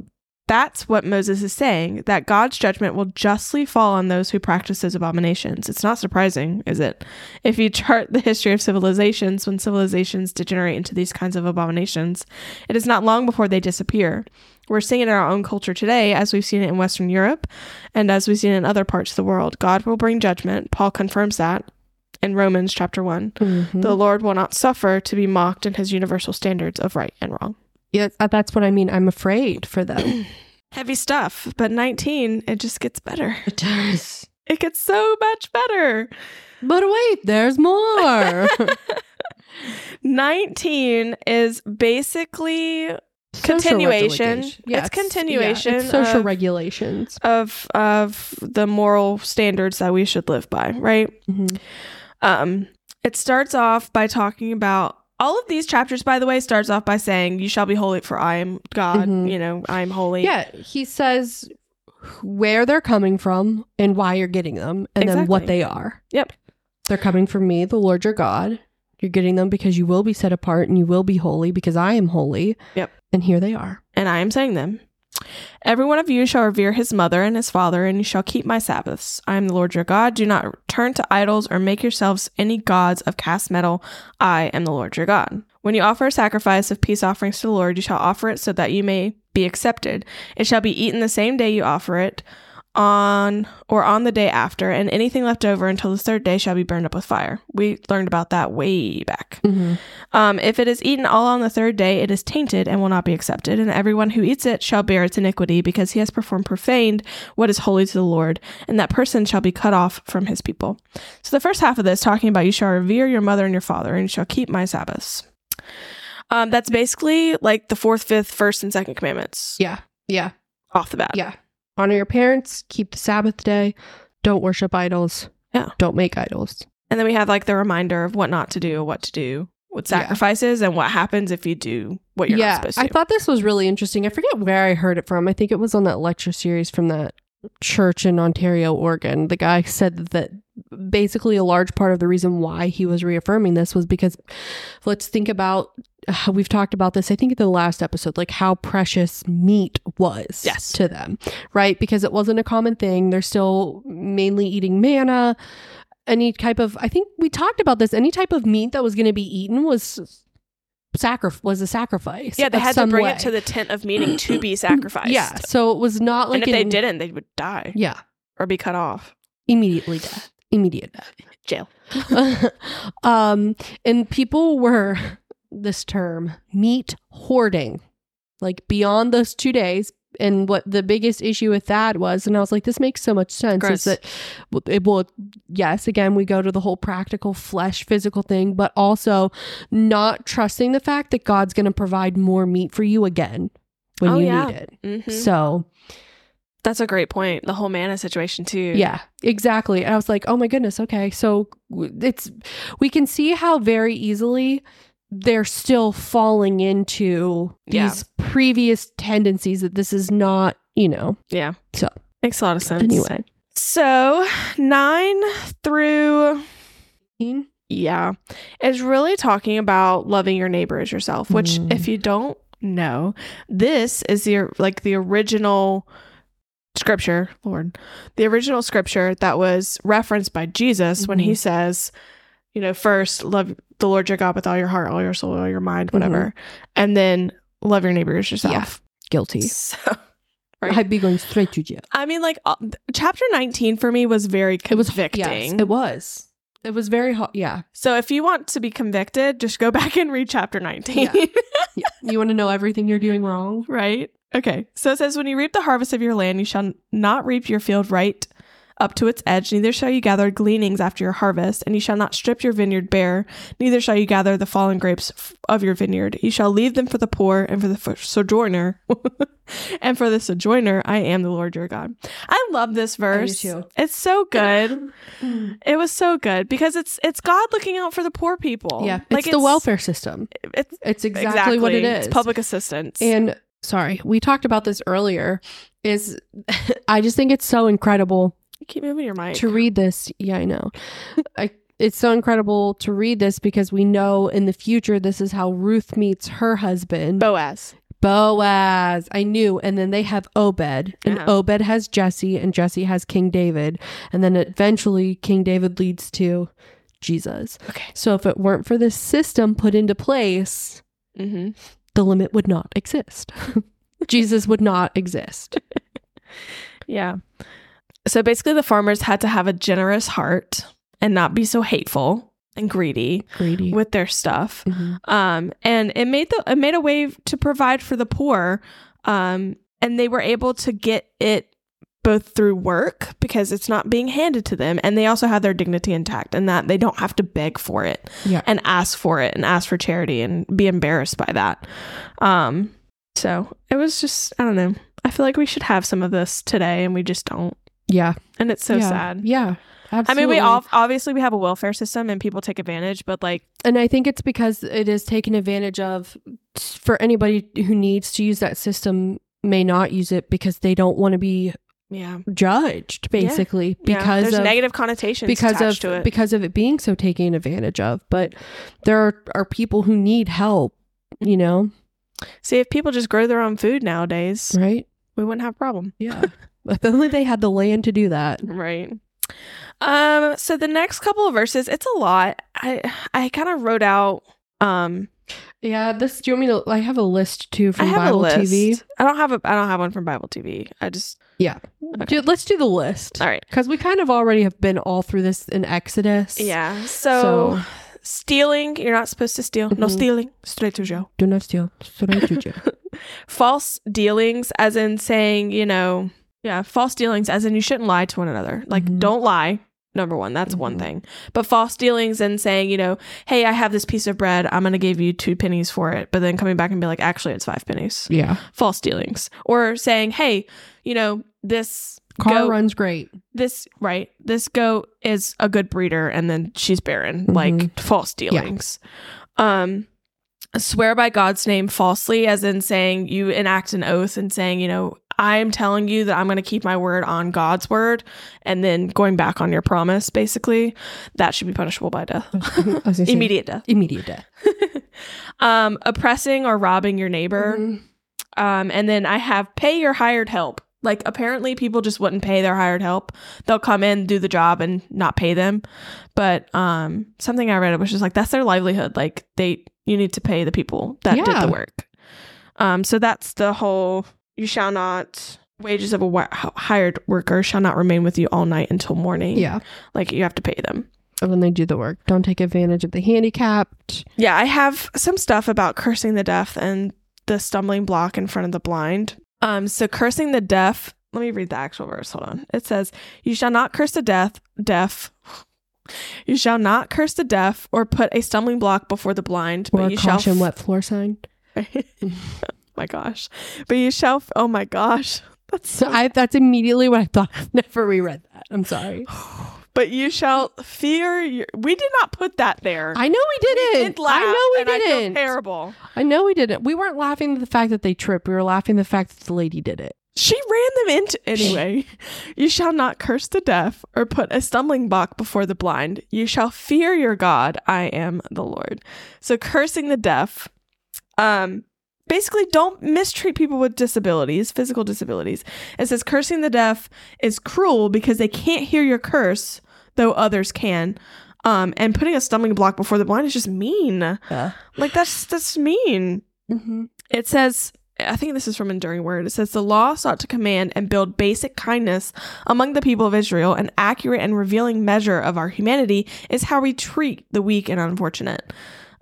A: that's what Moses is saying that God's judgment will justly fall on those who practice those abominations. It's not surprising, is it? If you chart the history of civilizations, when civilizations degenerate into these kinds of abominations, it is not long before they disappear. We're seeing it in our own culture today, as we've seen it in Western Europe and as we've seen in other parts of the world. God will bring judgment. Paul confirms that in Romans chapter one
B: Mm-hmm.
A: The Lord will not suffer to be mocked in his universal standards of right and wrong.
B: yeah, that's what I mean. I'm afraid for them.
A: Heavy stuff, but 19, it just gets better.
B: it does.
A: It gets so much better.
B: But wait, there's more.
A: 19 is basically Continuation. It's continuation
B: it's social
A: of-
B: regulations.
A: of of the moral standards that we should live by, right?
B: Mm-hmm.
A: Um, it starts off by talking about all of these chapters. By the way, starts off by saying, "You shall be holy, for I am God."
B: Mhm.
A: You know, I am holy.
B: Yeah, he says where they're coming from and why you're getting them, and then what
A: Exactly.
B: they are.
A: Yep.
B: They're coming from me, the Lord your God. You're getting them because you will be set apart and you will be holy because I am holy.
A: Yep.
B: And here they are.
A: and I am saying them. Every one of you shall revere his mother and his father, and you shall keep my Sabbaths. I am the Lord your God. Do not turn to idols or make yourselves any gods of cast metal. I am the Lord your God. When you offer a sacrifice of peace offerings to the Lord, you shall offer it so that you may be accepted. It shall be eaten the same day you offer it on or on the day after, and anything left over until the third day shall be burned up with fire. We learned about that way back.
B: Mm-hmm.
A: Um, if it is eaten all on the third day, it is tainted and will not be accepted, and everyone who eats it shall bear its iniquity, because he has performed profaned what is holy to the Lord, and that person shall be cut off from his people. So the first half of this talking about you shall revere your mother and your father, and you shall keep my Sabbaths. Um, that's basically like the fourth, fifth, first, and second commandments
B: Yeah. Yeah.
A: off the bat.
B: Yeah. Honor your parents, keep the Sabbath day, don't worship idols.
A: Yeah.
B: Don't make idols.
A: And then we have like the reminder of what not to do, what to do, what
B: Yeah.
A: sacrifices, and what happens if you do what you're not
B: yeah.
A: supposed to.
B: I thought this was really interesting. I forget where I heard it from. I think it was on that lecture series from that church in Ontario, Oregon. The guy said that basically a large part of the reason why he was reaffirming this was because let's think about uh, we've talked about this I think in the last episode like how precious meat was
A: Yes.
B: to them right because it wasn't a common thing they're still mainly eating manna any type of I think we talked about this any type of meat that was going to be eaten was sacri- was a sacrifice
A: yeah, they
B: of
A: had to
B: some
A: bring
B: way. Mm,
A: it to the tent of meeting to be sacrificed.
B: yeah so it was not like
A: and if they
B: an-
A: didn't, they would die
B: yeah
A: or be cut off.
B: immediately death immediate death
A: Jail.
B: um, and people were this term meat hoarding, like beyond those two days. And what the biggest issue with that was, and I was like, this makes so much sense,
A: Gross.
B: is that well, it will, yes, again, we go to the whole practical flesh, physical thing, but also not trusting the fact that God's going to provide more meat for you again when
A: Oh,
B: you
A: yeah.
B: need it.
A: Mm-hmm.
B: So,
A: That's a great point. The whole manna situation too.
B: Yeah, exactly. And I was like, oh my goodness, okay. So w- it's, we can see how very easily they're still falling into
A: Yeah.
B: these previous tendencies that this is not, you know,
A: Yeah.
B: So.
A: makes a lot of sense.
B: anyway.
A: So nine through yeah is really talking about loving your neighbor as yourself, which
B: Mm.
A: if you don't know, this is the like the original scripture, Lord, the original scripture that was referenced by Jesus when
B: Mm-hmm.
A: he says, you know, first love the Lord your God with all your heart, all your soul, all your
B: Mm-hmm.
A: mind, whatever, and then love your neighbor as yourself.
B: Guilty.
A: So Right.
B: I'd be going straight to jail.
A: I mean, like uh, th- chapter 19 for me was very
B: It was
A: convicting.
B: Yes, it was. It was very hot. Yeah.
A: so if you want to be convicted, just go back and read chapter 19.
B: Yeah. You want to know everything you're doing wrong?
A: right? Okay. So it says, When you reap the harvest of your land, you shall not reap your field right up to its edge, neither shall you gather gleanings after your harvest, and you shall not strip your vineyard bare, neither shall you gather the fallen grapes f- of your vineyard. You shall leave them for the poor and for the f- sojourner. and for the sojourner, I am the Lord your God. I love this verse.
B: too.
A: It's so good. It was so good because it's it's God looking out for the poor people.
B: Yeah. It's the welfare system.
A: It's
B: It's exactly, what it is.
A: It's public assistance.
B: And sorry, we talked about this earlier. Is I just think it's so incredible
A: You keep moving your mic.
B: to read this. Yeah, I know. I, it's so incredible to read this because we know in the future this is how Ruth meets her husband
A: Boaz.
B: Boaz. I knew, and then they have Obed, and
A: Yeah.
B: Obed has Jesse, and Jesse has King David, and then eventually King David leads to Jesus.
A: Okay.
B: So if it weren't for this system put into place,
A: Mm-hmm.
B: the limit would not exist. Jesus would not exist.
A: Yeah. So basically, the farmers had to have a generous heart and not be so hateful and greedy
B: Greedy.
A: with their stuff.
B: Mhm.
A: Um, and it made the it made a way to provide for the poor. Um, and they were able to get it both through work because it's not being handed to them, and they also have their dignity intact, and that they don't have to beg for it.
B: Yeah.
A: and ask for it and ask for charity and be embarrassed by that. Um, so it was just, I don't know. I feel like we should have some of this today and we just don't.
B: Yeah.
A: And it's so
B: yeah.
A: sad.
B: Yeah.
A: I
B: Absolutely.
A: mean, we all obviously we have a welfare system and people take advantage, but like,
B: and I think it's because it is taken advantage of for anybody who needs to use that system may not use it because they don't want to be
A: yeah,
B: judged basically
A: Yeah.
B: because
A: there's
B: of
A: negative connotations
B: because of
A: attached to it.
B: because of it being so taken advantage of but there are, are people who need help you know
A: See, if people just grow their own food nowadays,
B: right
A: we wouldn't have a problem,
B: yeah if only they had the land to do that
A: right? Um, so the next couple of verses, it's a lot. I I kind of wrote out um
B: Yeah, this. Do you want me to? I have a list too from
A: I have
B: Bible
A: a list.
B: TV.
A: I don't have a I don't have one from Bible TV. I just
B: Dude, let's do the list
A: all right.
B: because we kind of already have been all through this in Exodus.
A: Yeah. So, Mm-hmm.
B: So
A: stealing, you're not supposed to steal. No
B: Mhm.
A: stealing. Straight to jail.
B: do not steal. Straight to jail.
A: False dealings, as in saying, you know, yeah, false dealings, as in you shouldn't lie to one another. Like,
B: Mhm.
A: don't lie. number one. That's one
B: Mhm.
A: thing. But false dealings and saying, you know, hey, I have this piece of bread. I'm going to give you two pennies for it. But then coming back and be like, actually, it's five pennies.
B: Yeah.
A: False dealings. Or saying, hey, you know, this
B: Car
A: Go-
B: runs great.
A: this right this goat is a good breeder and then she's barren
B: Mhm.
A: like false dealings um swear by god's name falsely as in saying you enact an oath and saying you know i'm telling you that i'm going to keep my word on god's word and then going back on your promise basically that should be punishable by death
B: Immediate.
A: immediate death
B: Immediate death.
A: um oppressing or robbing your
B: Mm-hmm.
A: neighbor um, and then I have pay your hired help. Like apparently people just wouldn't pay their hired help. They'll come in, do the job and not pay them. But um something I read it was just like that's their livelihood. Like they you need to pay the people that did
B: Yeah.
A: the work. Um so that's the whole you shall not wages of a wi- h- hired worker shall not remain with you all night until morning.
B: Mm-hmm. Yeah.
A: Like you have to pay them.
B: When they do the work, don't take advantage of the handicapped.
A: Yeah, I have some stuff about cursing the deaf and the stumbling block in front of the blind. Um, so cursing the deaf. Let me read the actual verse. Hold on. It says, "You shall not curse the deaf, deaf. You shall not curse the deaf, or put a stumbling block before the blind,
B: Or
A: but you
B: caution
A: shall." Oh
B: wet floor sign.
A: my gosh, but you shall. Oh my gosh, that's
B: So I that's immediately what I thought. I've never reread that. I'm sorry.
A: But you shall fear. Your, we did not put that there.
B: I know we
A: We
B: didn't.
A: did laugh,
B: I know
A: and
B: we
A: I feel
B: didn't.
A: terrible.
B: I know we didn't. We weren't laughing at the fact that they tripped. We were laughing at the fact that the lady did it.
A: She ran them into anyway. you shall not curse the deaf or put a stumbling block before the blind. You shall fear your God. I am the Lord. So cursing the deaf, um, basically don't mistreat people with disabilities, physical disabilities. It says cursing the deaf is cruel because they can't hear your curse, though others can. Um, and putting a stumbling block before the blind is just mean.
B: Yeah.
A: Like that's that's mean.
B: Mm-hmm.
A: It says, I think this is from Enduring Word. It says, The law sought to command and build basic kindness among the people of Israel. An accurate and revealing measure of our humanity is how we treat the weak and unfortunate.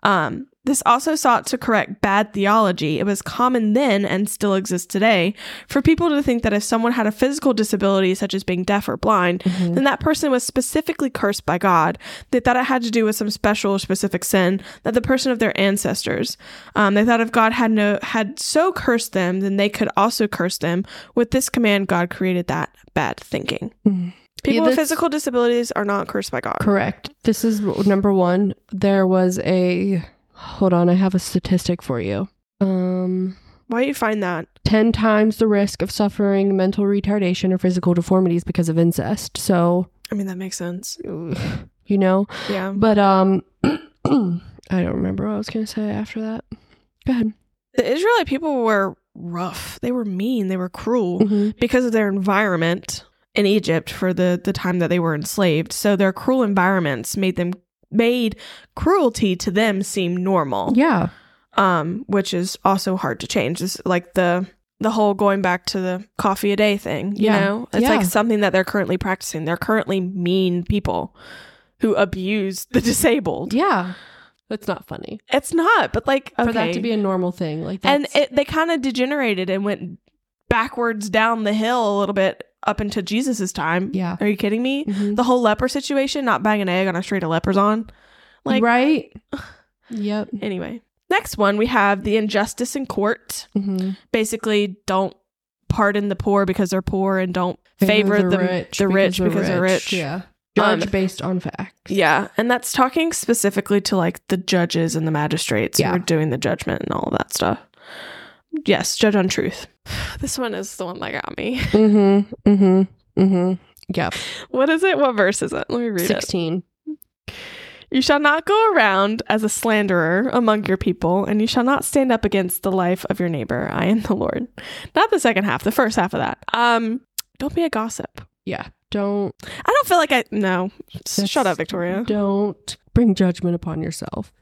A: Um, this also sought to correct bad theology. It was common then and still exists today for people to think that if someone had a physical disability, such as being deaf or blind, then that person was specifically cursed by God. They thought it had to do with some special or specific sin that the person of their ancestors. Um, they thought if God had no had so cursed them, then they could also curse them. With this command, God created that bad thinking.
B: Mhm.
A: People with
B: that's-
A: physical disabilities are not cursed by God.
B: Correct. This is number one. There was a. Hold on, I have a statistic for you. Um,
A: Why do you find that?
B: 10 times the risk of suffering mental retardation or physical deformities because of incest. So,
A: I mean, that makes sense.
B: you know,
A: Yeah.
B: but um I don't remember what I was going to say after that. Go ahead.
A: The Israelite people were rough. They were mean. They were cruel.
B: Mhm.
A: because of their environment in Egypt for the the time that they were enslaved. So their cruel environments made them made cruelty to them seem normal.
B: Yeah.
A: Um, which is also hard to change. It's like the the whole going back to the coffee a day thing, you
B: Yeah.
A: know? It's
B: Yeah.
A: like something that they're currently practicing. They're currently mean people who abuse the disabled.
B: Yeah. That's not funny.
A: It's not, but like
B: For that to
A: okay.
B: be a normal thing like that.
A: and it, they kind of degenerated and went backwards down the hill a little bit up into Jesus's time.
B: Yeah.
A: Are you kidding me?
B: Mm-hmm.
A: The whole leper situation, not bang an egg on a street of lepers on. Like,
B: right? yep.
A: anyway. Next one, we have the injustice in court.
B: Mhm.
A: Basically, don't pardon the poor because they're poor and don't favor the, the rich because, they're rich.
B: Yeah.
A: Um,
B: Judge based on facts.
A: Yeah, And that's talking specifically to like the judges and the magistrates
B: Yeah.
A: who are doing the judgment and all that stuff. Yes, judge on truth. This one is the one that got me.
B: Mhm. Mhm. Mhm. Yep.
A: What is it? What verse is it? Let me read it.
B: 16.
A: You shall not go around as a slanderer among your people, and you shall not stand up against the life of your neighbor. I am the Lord. Not the second half, the first half of that. Um, don't be a gossip.
B: Yeah. Don't
A: I don't feel like I no.
B: That's-
A: Shut up, Victoria.
B: Don't bring judgment upon yourself.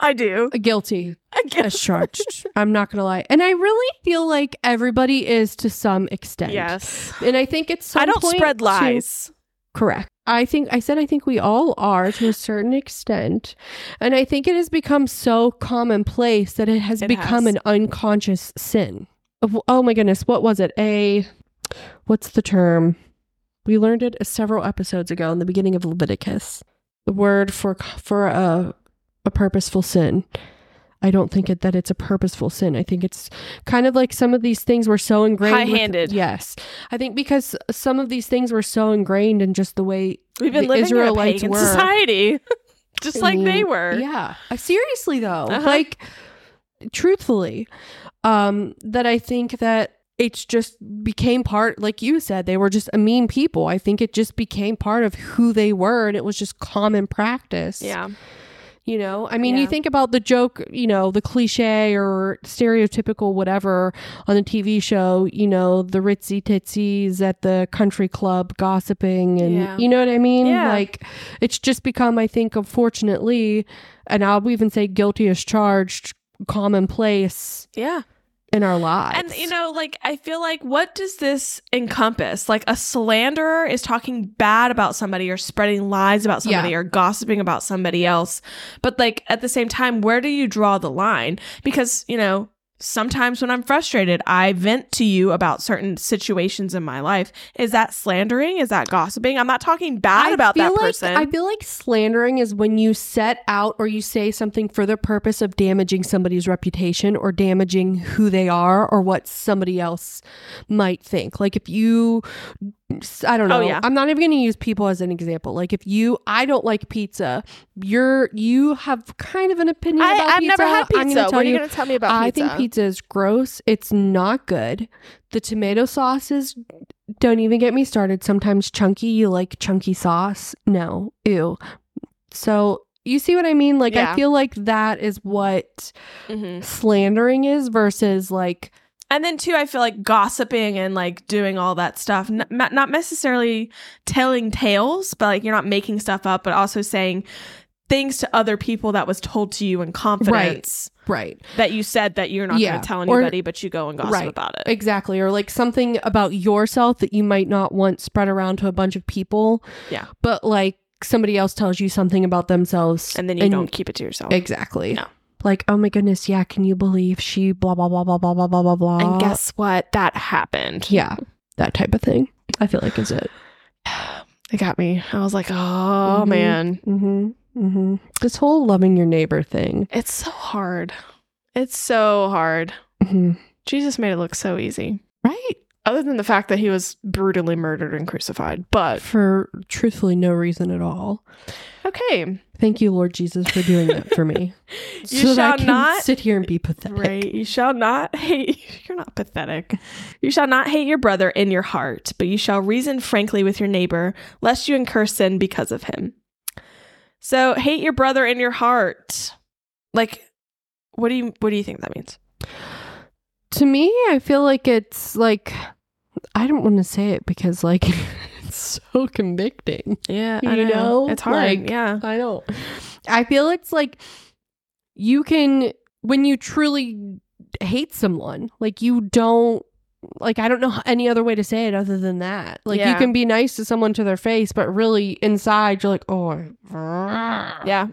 A: I do.
B: Guilty
A: I
B: as
A: guess.
B: charged. I'm not gonna lie, and I really feel like everybody is to some extent.
A: Yes.
B: and I think it's.
A: I don't spread lies.
B: correct. I think I said I think we all are to a certain extent, and I think it has become so commonplace that it has
A: It
B: become
A: has.
B: an unconscious sin. Of- Oh my goodness, what was it? A what's the term? We learned it several episodes ago in the beginning of Leviticus. The word for for a a purposeful sin. I don't think it, that it's a purposeful sin. I think it's kind of like some of these things were so ingrained. with-
A: High-handed.
B: yes, I think because some of these things were so ingrained in just the way
A: We've been
B: the
A: living
B: Israelites
A: in a pagan
B: were.
A: society, just
B: I
A: like they
B: mean,
A: were.
B: Yeah. Uh, Seriously though,
A: Uh-huh.
B: like truthfully, um that I think that it's just became part like you said they were just a mean people. I think it just became part of who they were and it was just common practice.
A: Yeah.
B: You know, I mean, you
A: Yeah.
B: think about the joke, you know, the cliche or stereotypical whatever on the TV show, you know, the ritzy titsies at the country club gossiping and
A: Yeah.
B: you know what I mean?
A: Yeah.
B: Like it's just become, I think, unfortunately, and I'll even say guilty as charged, commonplace
A: Yeah.
B: in our lives.
A: And you know, like I feel like what does this encompass? Like a slanderer is talking bad about somebody or spreading lies about somebody
B: Yeah.
A: or gossiping about somebody else. But like at the same time, where do you draw the line? Because, you know, sometimes when I'm frustrated, I vent to you about certain situations in my life. Is that slandering? Is that gossiping? I'm not talking bad about
B: feel
A: that
B: like,
A: person.
B: I feel like slandering is when you set out or you say something for the purpose of damaging somebody's reputation or damaging who they are or what somebody else might think. Like if you, I don't know.
A: Oh, yeah.
B: I'm not even going to use people as an example. Like if you, I don't like pizza. You're you have kind of an opinion about
C: I, I've
B: pizza.
C: never had
B: I'm
C: pizza.
B: gonna
C: What
B: tell
C: are you
B: you
C: going to tell me about
B: I
C: pizza?
B: think pizza is gross. It's not good. The tomato sauces don't even get me started. Sometimes chunky, you like chunky sauce. No, ew. So you see what I mean? Like, I
C: Yeah.
B: feel like that is what
C: Mm-hmm.
A: Mhm.
B: slandering is versus like,
A: And then too, I feel like gossiping and like doing all that stuff, N- not not necessarily telling tales, but like you're not making stuff up, but also saying things to other people that was told to you in confidence
B: right,
A: that you said that you're not
B: Yeah.
A: going to tell
B: Or-
A: anybody, but you go and gossip
B: Right.
A: about it.
B: exactly. Or like something about yourself that you might not want spread around to a bunch of people.
A: Yeah.
B: But like somebody else tells you something about themselves
A: And then you don't keep it to yourself.
B: Exactly.
A: No.
B: Like, oh my goodness, yeah, can you believe she blah blah blah blah blah blah blah blah blah.
C: and guess what? That happened.
B: yeah, that type of thing. I feel like is it.
C: It got me. I was like, oh man,
B: Mm-hmm. Mm-hmm. This whole loving your neighbor thing.
C: it's so hard. It's so hard.
B: Mm-hmm.
C: Jesus made it look so easy.
B: Right.
C: Other than the fact that he was brutally murdered and crucified,
A: Uh,
C: but
B: For truthfully no reason at all.
C: okay,
B: Thank you, Lord Jesus, for doing that for me. you so that
A: shall
B: I can
A: not-
B: sit here and be pathetic.
C: right? You shall not hate. You're not pathetic.
A: You shall not hate your brother in your heart, but you shall reason frankly with your neighbor, lest you incur sin because of him. So hate your brother in your heart. Like, what do you what do you think that means?
B: To me, I feel like it's like I don't want to say it because like it's so convicting.
A: Yeah,
B: I know.
A: it's hard.
B: Like,
A: yeah,
B: I don't. I feel it's like you can when you truly hate someone, like you don't like I don't know any other way to say it other than that. Like you
C: Yeah.
B: can be nice to someone to their face, but really inside you're like, "Oh, I-
A: yeah.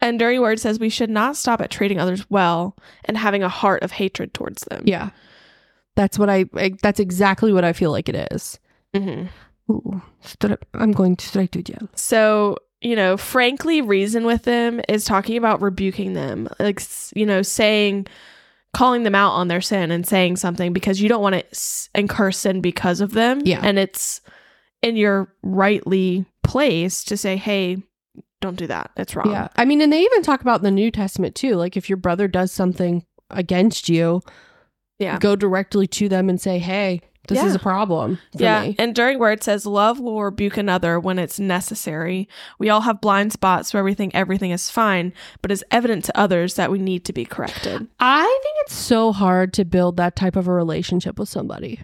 A: And Dirty Word says we should not stop at treating others well and having a heart of hatred towards them.
B: yeah." That's what I, I that's exactly what I feel like it is.
A: Mhm.
B: Ooh, stra- I'm going straight to jail.
A: So you know, frankly, reason with them is talking about rebuking them, like s- you know, saying, calling them out on their sin and saying something because you don't want to s- incur sin because of them.
B: Yeah.
A: and it's in your rightly place to say, hey, don't do that. That's wrong.
B: Yeah. I mean, and they even talk about in the New Testament too. Like if your brother does something against you,
A: Yeah.
B: go directly to them and say, Hey, this is
A: Yeah.
B: a problem for
A: yeah,
B: me.
A: and during where it says love will rebuke another when it's necessary. We all have blind spots where we think everything is fine, but it's evident to others that we need to be corrected.
B: I think it's so hard to build that type of a relationship with somebody.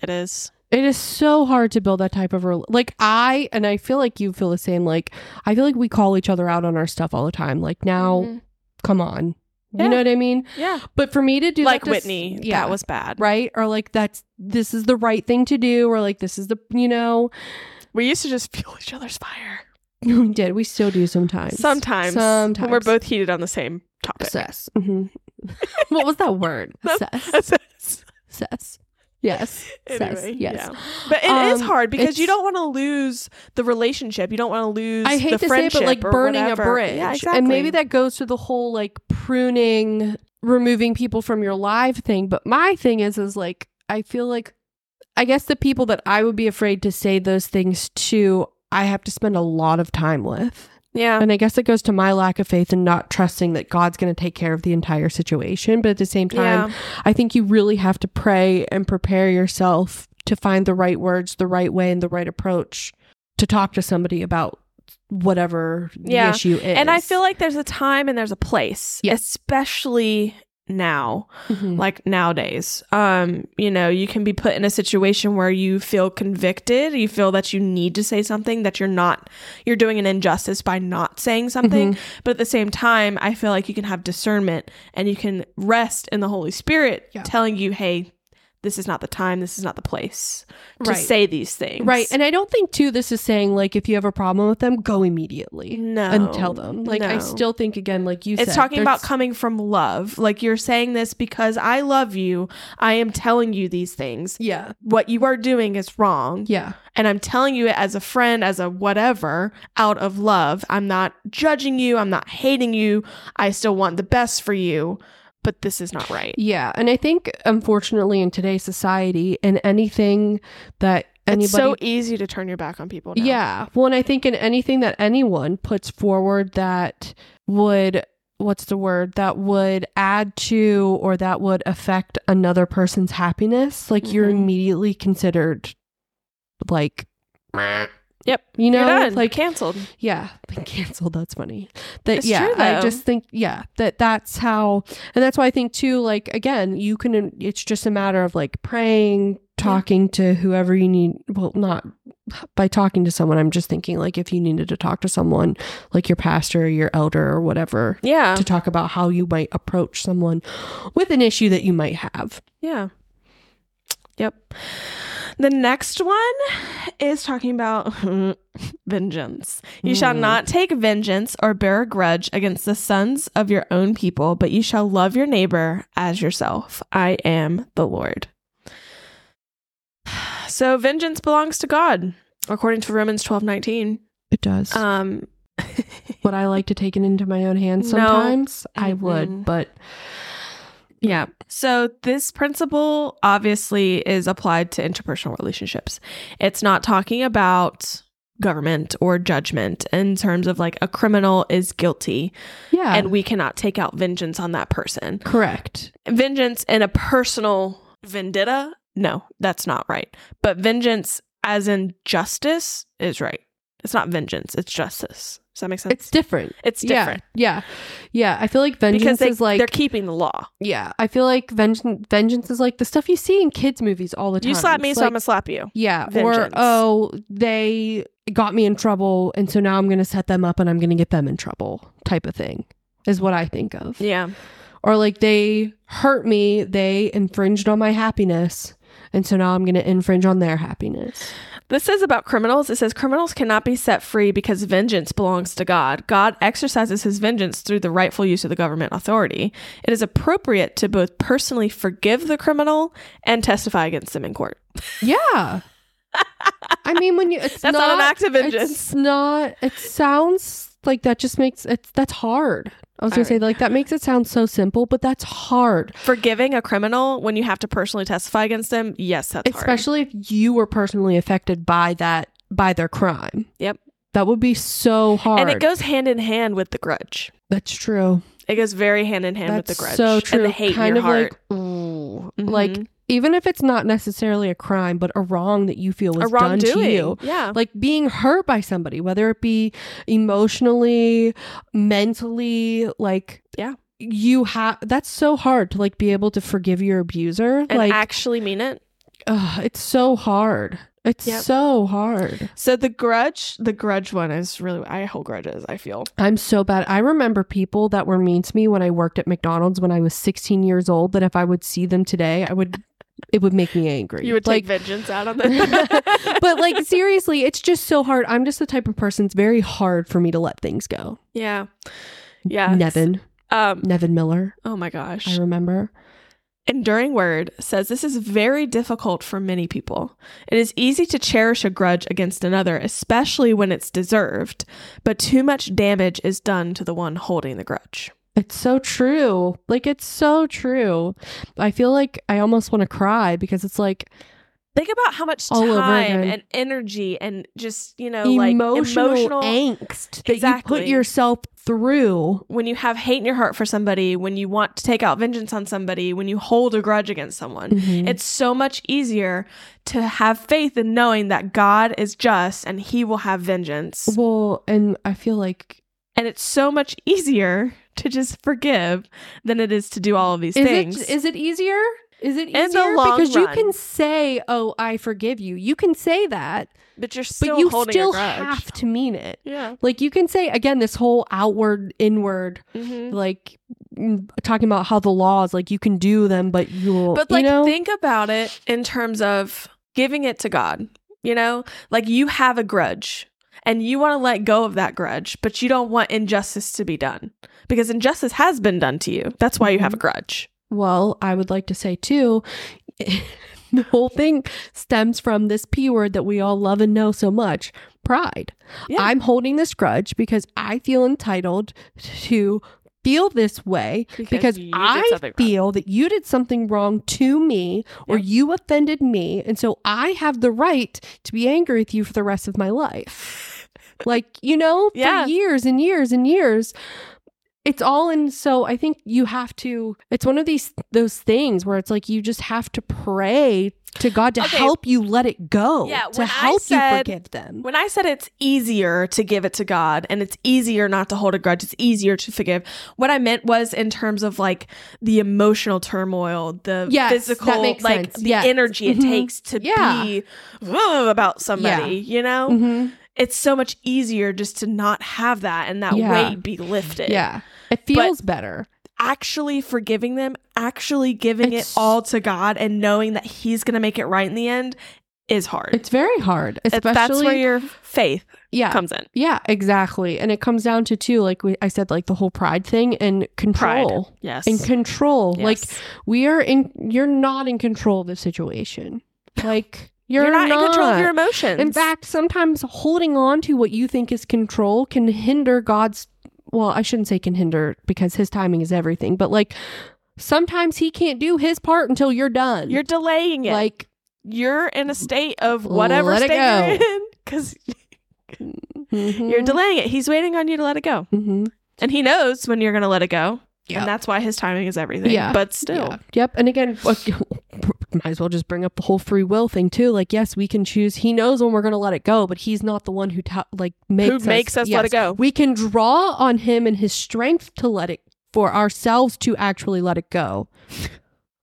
A: It is.
B: It is so hard to build that type of rel like I and I feel like you feel the same. Like I feel like we call each other out on our stuff all the time. Like now,
C: Mhm.
B: come on,
A: Mm-hmm. Yeah.
B: you know what I mean.
A: Yeah.
B: But for me to do
A: like
B: that to s-
A: Whitney,
B: yeah,
A: that was bad.
B: right, or like that's this is the right thing to do, or like this is the you know
C: we used to just fuel each other's fire
B: we did we still do sometimes
C: sometimes.
B: sometimes
C: when we're both heated on the same topic.
B: obsessed. Mhm. what was that word?
C: No.
B: Obsessed.
C: Obsessed.
B: Obsessed. Yes. says,
A: Anyway,
B: yes.
A: yeah. But it is
B: Um,
A: hard because you
B: it's-
A: don't want to lose the relationship. You don't want to lose.
B: I hate
A: the
B: to say it,
A: friendship
B: but like
A: or
B: burning a
A: whatever.
B: bridge.
A: Yeah, exactly.
B: And maybe that goes to the whole like pruning, removing people from your live thing. But my thing is, is like, I feel like, I guess the people that I would be afraid to say those things to, I have to spend a lot of time with.
A: Yeah,
B: And I guess it goes to my lack of faith and not trusting that God's going to take care of the entire situation. But at the same time,
A: yeah,
B: I think you really have to pray and prepare yourself to find the right words, the right way, and the right approach to talk to somebody about whatever the
A: Yeah.
B: issue is.
A: and I feel like there's a time and there's a place,
B: Yeah.
A: especially now,
B: Mhm.
A: like nowadays. Um, you know, you can be put in a situation where you feel convicted, you feel that you need to say something that you're not, you're doing an injustice by not saying something.
B: Mm-hmm.
A: But at the same time, I feel like you can have discernment and you can rest in the Holy Spirit
B: Yeah.
A: telling you, hey. This is not the time. This is not the place to
B: Right.
A: say these things.
B: right. And I don't think too this is saying like if you have a problem with them, go immediately
A: no,
B: and tell them. Like I
A: No.
B: still think again, like you said,
A: It's talking about
B: there's-
A: coming from love. Like you're saying this because I love you. I am telling you these things.
B: yeah,
A: What you are doing is wrong.
B: yeah,
A: And I'm telling you it as a friend, as a whatever, out of love. I'm not judging you. I'm not hating you. I still want the best for you. But this is not right.
B: yeah. And I think unfortunately in today's society, and anything that anybody
A: It's so easy to turn your back on people. Now.
B: Yeah. Well, and I think in anything that anyone puts forward that would, what's the word, that would add to or that would affect another person's happiness, like you're
A: Mhm.
B: immediately considered like,
A: Yep.
B: you know,
A: You're done. Like
B: like,
A: canceled.
B: yeah, been canceled. That's funny. That,
A: It's
B: yeah,
A: true,
B: I
A: though.
B: just think, yeah, that that's how, and that's why I think too, like, again, you can, it's just a matter of like praying, talking to whoever you need. Well, not by talking to someone, I'm just thinking like if you needed to talk to someone, like your pastor or your elder or whatever,
A: Yeah.
B: to talk about how you might approach someone with an issue that you might have.
A: Yeah. Yep. The next one is talking about vengeance. You shall
B: Mm.
A: not take vengeance or bear a grudge against the sons of your own people, but you shall love your neighbor as yourself. I am the Lord. So vengeance belongs to God, according to Romans twelve nineteen.
B: It does.
A: Um,
B: Uh, would I like to take it into my own hands
A: No.
B: sometimes? I
A: Mm-mm.
B: would, but
A: Yeah. So this principle obviously is applied to interpersonal relationships. It's not talking about government or judgment in terms of like a criminal is guilty
B: yeah.
A: and we cannot take out vengeance on that person.
B: correct.
A: Vengeance in a personal vendetta? No, that's not right. But vengeance as in justice is right. It's not vengeance, it's justice. Does that make sense?
B: It's different.
A: It's different.
B: Yeah. Yeah. yeah. I feel like vengeance
A: Because they,
B: is like
A: they're keeping the law.
B: yeah. I feel like vengeance vengeance is like the stuff you see in kids movies all the time.
A: You slap me,
B: It's
A: so I'm
B: like-
A: gonna slap you.
B: yeah. Or
A: vengeance.
B: oh, they got me in trouble, and so now I'm going to set them up, and I'm going to get them in trouble. Type of thing is what I think of.
A: Yeah.
B: Or like they hurt me, they infringed on my happiness. And so now I'm going to infringe on their happiness.
A: This is about criminals. It says criminals cannot be set free because vengeance belongs to God. God exercises his vengeance through the rightful use of the government authority. It is appropriate to both personally forgive the criminal and testify against them in court.
B: Yeah. I mean, when you it's
A: That's not an act of vengeance.
B: It's not. It sounds like that just makes it. That's hard. I was gonna say like that makes it sound so simple, but that's hard,
A: Forgiving a criminal when you have to personally testify against them, yes, that's hard.
B: especially if you were personally affected by that by their crime.
A: Yep.
B: that would be so hard.
A: And it goes hand in hand with the grudge.
B: that's true.
A: It goes very hand in hand
B: That's
A: with the grudge
B: so true.
A: and the hate
B: kind
A: in your
B: of
A: heart.
B: like ooh,
A: Mhm.
B: like even if it's not necessarily a crime, but a wrong that you feel was
A: a
B: done to you.
A: wrongdoing. Yeah.
B: like being hurt by somebody whether it be emotionally mentally like
A: Yeah.
B: you have that's so hard to like be able to forgive your abuser
A: And
B: like
A: actually mean it.
B: ugh, it's so hard it's
A: Yep.
B: so hard
A: So the grudge, the grudge one is really I hold grudges, I feel.
B: i'm so bad i remember people that were mean to me when i worked at mcdonald's when i was 16 years old that if i would see them today i would it would make me angry
A: You would
B: like
A: take vengeance out on that.
B: but like seriously it's just so hard i'm just the type of person it's very hard for me to let things go
A: yeah. Yeah.
B: nevin
A: Um
B: nevin miller
A: oh my gosh.
B: I remember.
A: Enduring Word says this is very difficult for many people. It is easy to cherish a grudge against another, especially when it's deserved, but too much damage is done to the one holding the grudge.
B: It's so true. Like, it's so true. I feel like I almost want to cry because it's like,
A: Think about how much
B: All over
A: time
B: again.
A: and energy and just, you know,
B: emotional,
A: like emotional
B: angst that you put
A: Exactly.
B: yourself through.
A: when you have hate in your heart for somebody, when you want to take out vengeance on somebody, when you hold a grudge against someone.
B: Mm-hmm.
A: It's so much easier to have faith in knowing that God is just and he will have vengeance.
B: well, and I feel like
A: And it's so much easier to just forgive than it is to do all of these
B: is
A: things.
B: it is it easier? Is it
A: the
B: easier
A: long
B: because you
A: run.
B: can say, "Oh, I forgive you." You can say that,
A: but you're
B: but
A: still
B: you
A: holding
B: still
A: a grudge.
B: have to mean it.
A: yeah.
B: Like you can say again this whole outward inward
A: hmm
B: like mm, talking about how the laws like you can do them but you'll
A: But like
B: you know?
A: think about it in terms of giving it to God. You know, like you have a grudge and you want to let go of that grudge, but you don't want injustice to be done because injustice has been done to you. That's why you have a
B: Mm-hmm.
A: grudge.
B: Well, I would like to say too, the whole thing stems from this P word that we all love and know so much pride.
A: Yeah.
B: I'm holding this grudge because I feel entitled to feel this way because,
A: you did
B: I
A: something wrong.
B: feel that you did something wrong to me or
A: Yeah.
B: you offended me. And so I have the right to be angry with you for the rest of my life. like, you know,
A: Yeah.
B: for years and years and years. It's all in so I think you have to it's one of these those things where it's like you just have to pray to God to
A: Okay.
B: help you let it go.
A: Yeah,
B: to
A: when I
B: help you
A: said-
B: forgive them.
A: When I said it's easier to give it to God and it's easier not to hold a grudge, it's easier to forgive. What I meant was in terms of like the emotional turmoil, the
B: Yes, that
A: physical,
B: makes
A: like
B: sense.
A: the
B: Yes.
A: energy it
B: Mhm.
A: takes to
B: Yeah.
A: be "Ugh," about somebody, you know?
B: Mhm.
A: It's so much easier just to not have that and that
B: Yeah.
A: weight be lifted.
B: Yeah. It feels better.
A: Actually forgiving them, actually giving
B: It's-
A: it all to God and knowing that He's going to make it right in the end is hard.
B: It's very hard,
A: It's- that's where
B: especially
A: your faith
B: yeah.
A: comes in.
B: yeah, exactly. And it comes down to too like we, I said like the whole pride thing and control.
A: Yes.
B: And control. Like
A: Yes.
B: we are in you're not in control of the situation. Like you're,
A: not, in control of your emotions.
B: In fact, sometimes holding on to what you think is control can hinder God's. Well, I shouldn't say can hinder because his timing is everything, but like sometimes he can't do his part until you're done.
A: you're delaying it. Like
B: like,
A: you're in a state of whatever
B: Let it
A: state
B: go.
A: you're in because
B: mm-hmm.
A: you're delaying it. He's waiting on you to let it go,
B: hmm
A: and he knows when you're going to let it go.
B: Yep.
A: And that's why his timing is everything.
B: Yeah.
A: But still,
B: Yeah. Yep. And again, like, might as well just bring up the whole free will thing too. Like, yes, we can choose. He knows when we're going to let it go, but he's not the one who ta- like makes
A: who makes us
B: yes.
A: let it go?
B: We can draw on him and his strength to let it for ourselves to actually let it go.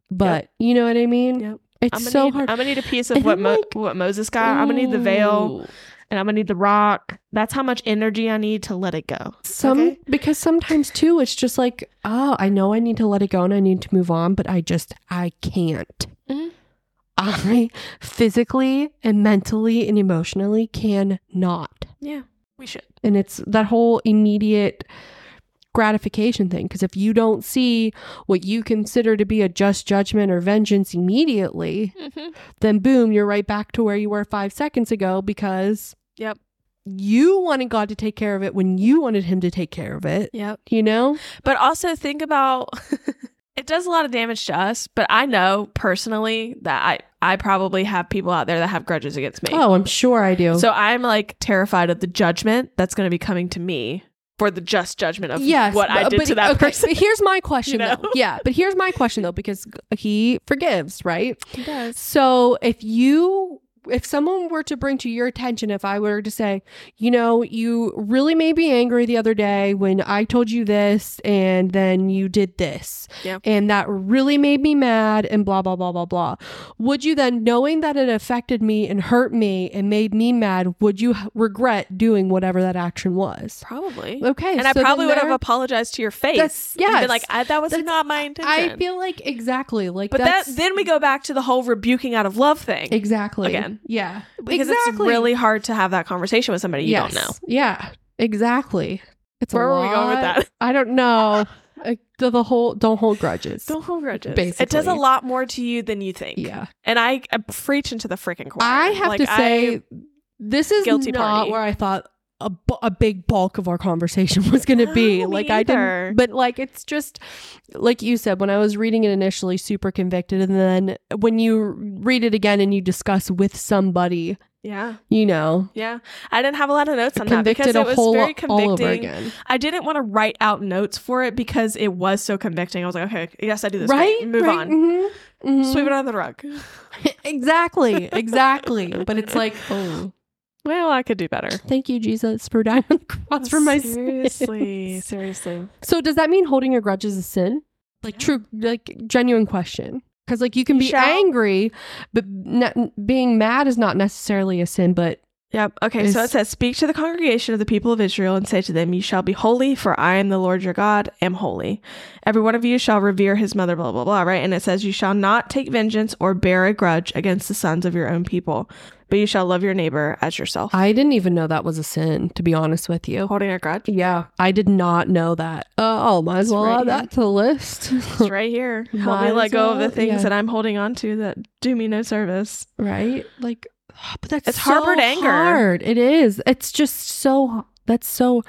B: But you know what I mean?
A: Yep.
B: It's
A: I'm gonna
B: so
A: need,
B: hard.
A: I'm gonna need a piece
B: And
A: of what
B: I'm
A: Mo-
B: like,
A: what Moses got. I'm gonna need the veil,
B: Ooh.
A: and I'm gonna need the rock. That's how much energy I need to let it go.
B: Some
A: Okay.
B: because sometimes too, it's just like, oh, I know I need to let it go and I need to move on, but I just I can't.
A: Mhm.
B: I physically and mentally and emotionally cannot.
A: Yeah, we should.
B: And it's that whole immediate gratification thing. Because if you don't see what you consider to be a just judgment or vengeance immediately, then boom, you're right back to where you were five seconds ago because
A: Yep.
B: you wanted God to take care of it when you wanted Him to take care of it.
A: Yep.
B: You know?
A: But also think about it does a lot of damage to us, but I know personally that I I probably have people out there that have grudges against me.
B: Oh, I'm sure I do.
A: So I'm like terrified of the judgment that's going to be coming to me for the just judgment of what I
B: but-
A: did
B: but-
A: to that
B: okay,
A: person.
B: But here's my question
A: You know?
B: though. Yeah, but here's my question though because uh, he forgives, right?
A: He does.
B: So if you if someone were to bring to your attention if I were to say, you know, you really made me angry the other day when I told you this and then you did this.
A: Yeah.
B: And that really made me mad and blah blah blah blah blah. Would you then knowing that it affected me and hurt me and made me mad, would you h- regret doing whatever that action was?
A: Probably.
B: Okay.
A: and I
B: so then
A: probably would have
B: there-
A: apologized to your face.
B: That's-
A: and been
B: yes.
A: like, I, that was
B: That's-
A: not my intention.
B: I feel like exactly like
A: but that
B: that's
A: then we go back to the whole rebuking out of love thing.
B: exactly
A: again.
B: yeah
A: Because it's
B: exactly
A: really hard to have that conversation with somebody you
B: yes.
A: don't know.
B: yeah exactly it's a
A: Where were we going with
B: lot-
A: that?
B: I don't know Uh, the, the whole don't hold grudges.
A: Don't hold grudges. It does
B: Basically.
A: a lot more to you than you think.
B: yeah.
A: And I, I preach into the freaking corner.
B: I have
A: Like,
B: to say,
A: I-
B: this is
A: Guilty
B: not
A: party.
B: where I thought a, bu- a big bulk of our conversation was going to be.
A: No, me
B: like I
A: either.
B: didn't, but like it's just like you said when I was reading it initially, super convicted, and then when you read it again and you discuss with somebody,
A: yeah,
B: you know,
A: yeah. I didn't have a lot of notes on that because
B: convicted
A: it
B: a
A: was
B: whole
A: very
B: lot all
A: convicting.
B: over again.
A: I didn't want to write out notes for it because it was so convicting. I was like, okay, yes, I do this.
B: Right?
A: Right? Move
B: Right?
A: on.
B: Mhm. Mhm.
A: Sweep it under the rug.
B: exactly, exactly. but it's like, oh,
A: Well, I could do better.
B: thank you, Jesus, for dying on the cross for my
A: Seriously,
B: sins.
A: seriously.
B: So does that mean holding your grudge is a sin? Like true, like genuine question. Because like you can be
A: Shall-
B: angry, but n being mad is not necessarily a sin. But
A: Yep. Okay. so
B: Is-
A: it says, Speak to the congregation of the people of Israel and say to them, You shall be holy, for I am the Lord your God, am holy. Every one of you shall revere his mother, blah, blah, blah, right? And it says, You shall not take vengeance or bear a grudge against the sons of your own people, but you shall love your neighbor as yourself.
B: I didn't even know that was a sin. To be honest with you,
A: Holding a grudge?
B: yeah, I did not know that. Uh, oh, might as well
A: right
B: add
A: here.
B: that to the list.
A: It's right here. Help
B: Might
A: me
B: as
A: let go of
B: well,
A: the things
B: yeah.
A: that I'm holding on to that do me no service.
B: right? Like, but that's
A: It's
B: so
A: harbored anger.
B: Hard. It is. It's just so. That's so.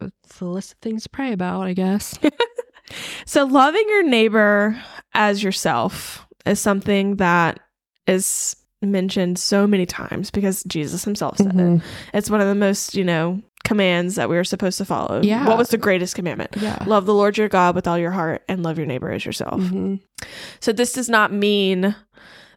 B: It's the list of things to pray about, I guess.
A: So, loving your neighbor as yourself is something that is mentioned so many times because Jesus himself said
B: Mm-hmm.
A: it. It's one of the most, you know, commands that we are supposed to follow.
B: Yeah.
A: What was the greatest commandment?
B: Yeah.
A: Love the Lord your God with all your heart and love your neighbor as yourself.
B: Mhm.
A: So, this does not mean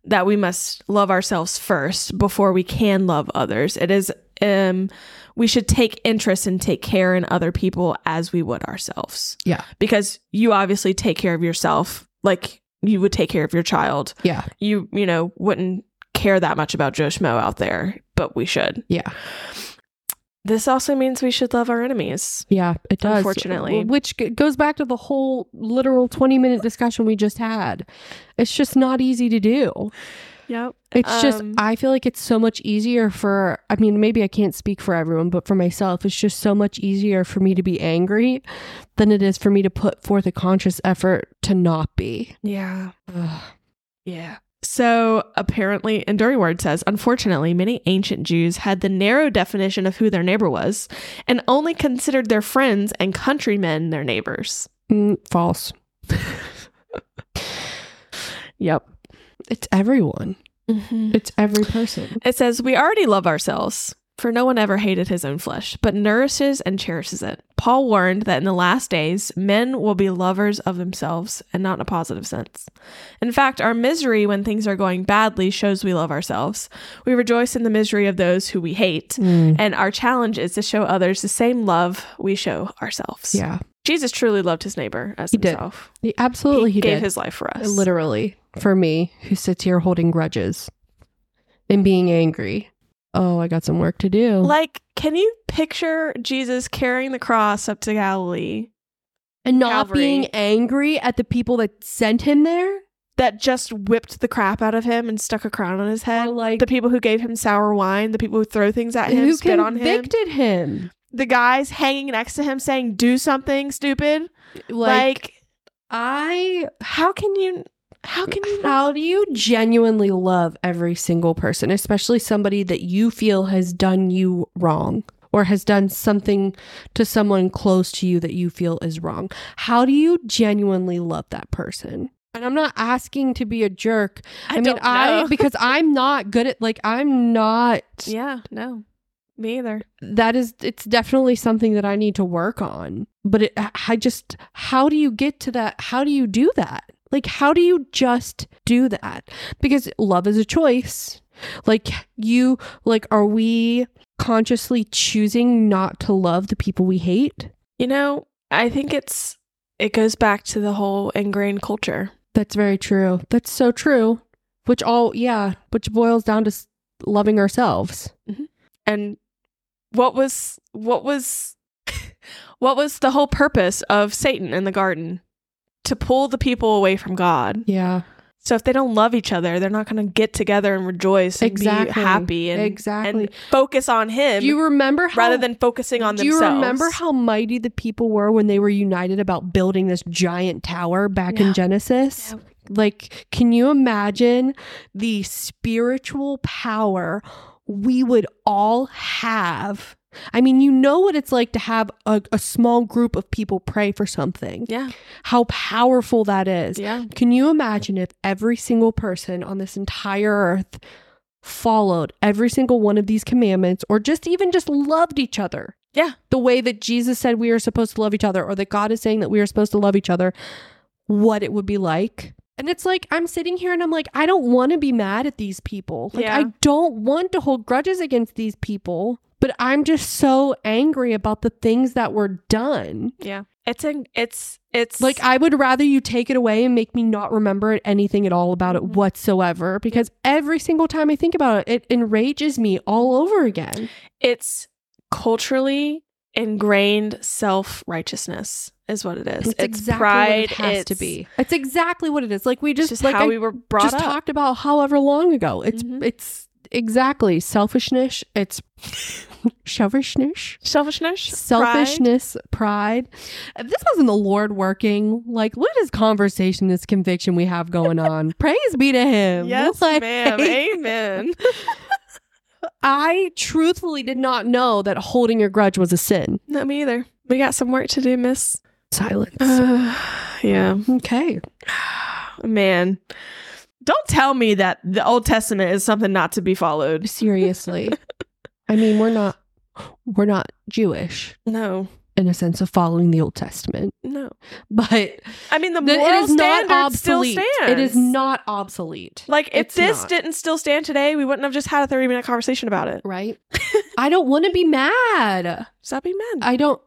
A: that we must love ourselves first before we can love others. It is, um, we should take interest and take care in other people as we would ourselves.
B: Yeah.
A: Because you obviously take care of yourself like you would take care of your child.
B: Yeah.
A: You, you know, wouldn't care that much about Joe Schmo out there, but we should.
B: Yeah.
A: This also means we should love our enemies.
B: Yeah, it does.
A: Unfortunately.
B: Which g- goes back to the whole literal 20 minute discussion we just had. It's just not easy to do.
A: Yep.
B: It's just,
A: Um,
B: I feel like it's so much easier for, I mean, maybe I can't speak for everyone, but for myself, it's just so much easier for me to be angry than it is for me to put forth a conscious effort to not be.
A: Yeah.
B: Ugh.
A: Yeah. So apparently, and Dirty Word says, unfortunately, many ancient Jews had the narrow definition of who their neighbor was and only considered their friends and countrymen their neighbors.
B: Mm, false.
A: Yep.
B: It's everyone,
A: Mm-hmm.
B: it's every person.
A: It says, We already love ourselves, for no one ever hated his own flesh, but nourishes and cherishes it. Paul warned that in the last days, men will be lovers of themselves, and not in a positive sense. In fact, our misery when things are going badly shows we love ourselves. We rejoice in the misery of those who we hate, and our challenge is to show others the same love we show ourselves.
B: Yeah.
A: Jesus truly loved his neighbor as
B: He did.
A: himself.
B: He- absolutely, he,
A: gave
B: did.
A: his life for us.
B: Literally, for me, who sits here holding grudges and being angry. Oh, I got some work to do.
A: Like, can you picture Jesus carrying the cross up to Galilee
B: and not
A: Calvary.
B: being angry at the people that sent him there.
A: that just whipped the crap out of him and stuck a crown on his head?
B: Or like,
A: the people who gave him sour wine, the people who throw things at him,
B: who
A: spit on him,
B: convicted him?
A: the guys hanging next to him saying, "Do something stupid."
B: Like,
A: Like,
B: I,
A: how can you? How can you?
B: how do you genuinely love every single person, especially somebody that you feel has done you wrong? Or has done something to someone close to you that you feel is wrong. How do you genuinely love that person? And I'm not asking to be a jerk, I, mean,
A: don't
B: I
A: know.
B: because I'm not good at like I'm not.
A: yeah, no, me either.
B: That is, it's definitely something that I need to work on. But it, I just, how do you get to that? How do you do that? Like, how do you just do that? Because love is a choice. Like you, like, are we consciously choosing not to love the people we hate?
A: You know, I think it's it goes back to the whole ingrained culture.
B: That's very true. That's so true. Which all, yeah, which boils down to s- loving ourselves.
A: and what was what was what was the whole purpose of Satan in the garden to pull the people away from God
B: Yeah.
A: So if they don't love each other, they're not going to get together and rejoice and be
B: Exactly.
A: happy and,
B: Exactly.
A: and focus on him
B: Do you remember how
A: rather than focusing on
B: Do you
A: themselves.
B: remember how mighty the people were when they were united about building this giant tower back
A: Yeah.
B: in Genesis?
A: Yeah.
B: Like, can you imagine the spiritual power we would all have? I mean, you know what it's like to have a, a small group of people pray for something,
A: Yeah.
B: how powerful that is.
A: Yeah.
B: Can you imagine if every single person on this entire earth followed every single one of these commandments or just even just loved each other?
A: Yeah.
B: The way that Jesus said we are supposed to love each other or that God is saying that we are supposed to love each other, what it would be like. And it's like I'm sitting here and I'm like I don't want to be mad at these people. Like
A: Yeah.
B: I don't want to hold grudges against these people, but I'm just so angry about the things that were done.
A: Yeah. It's an, it's it's
B: Like I would rather you take it away and make me not remember it, anything at all about it
A: Mhm.
B: whatsoever because every single time I think about it, it enrages me all over again.
A: it's culturally ingrained self-righteousness is what it is.
B: It's,
A: It's,
B: exactly
A: pride
B: what it has to
A: it's-
B: be. It's exactly what it is. Like we
A: It's
B: just,
A: just,
B: like
A: how
B: I
A: we were brought
B: just
A: up.
B: talked about however long ago. It's
A: Mhm.
B: it's exactly selfishness. It's selfishness.
A: Selfishness, pride.
B: Selfishness, pride. If this wasn't the Lord working, like what is conversation, this conviction we have going on? Praise be to Him.
A: Yes,
B: Like-
A: ma'am. Amen.
B: I truthfully did not know that holding a grudge was a sin.
A: Not me either. We got some work to do, miss.
B: Silence.
A: yeah.
B: okay.
A: Man. Don't tell me that the Old Testament is something not to be followed.
B: Seriously. I mean, we're not we're not Jewish
A: No.
B: in a sense of following the Old Testament,
A: No.
B: but
A: I mean the
B: th-
A: moral
B: it is
A: standard
B: not obsolete.
A: still stands.
B: It is not obsolete.
A: like if
B: it's
A: this
B: not.
A: didn't still stand today, we wouldn't have just had a 30 minute conversation about it.
B: Right? I don't want to be mad.
A: Stop being mad.
B: I don't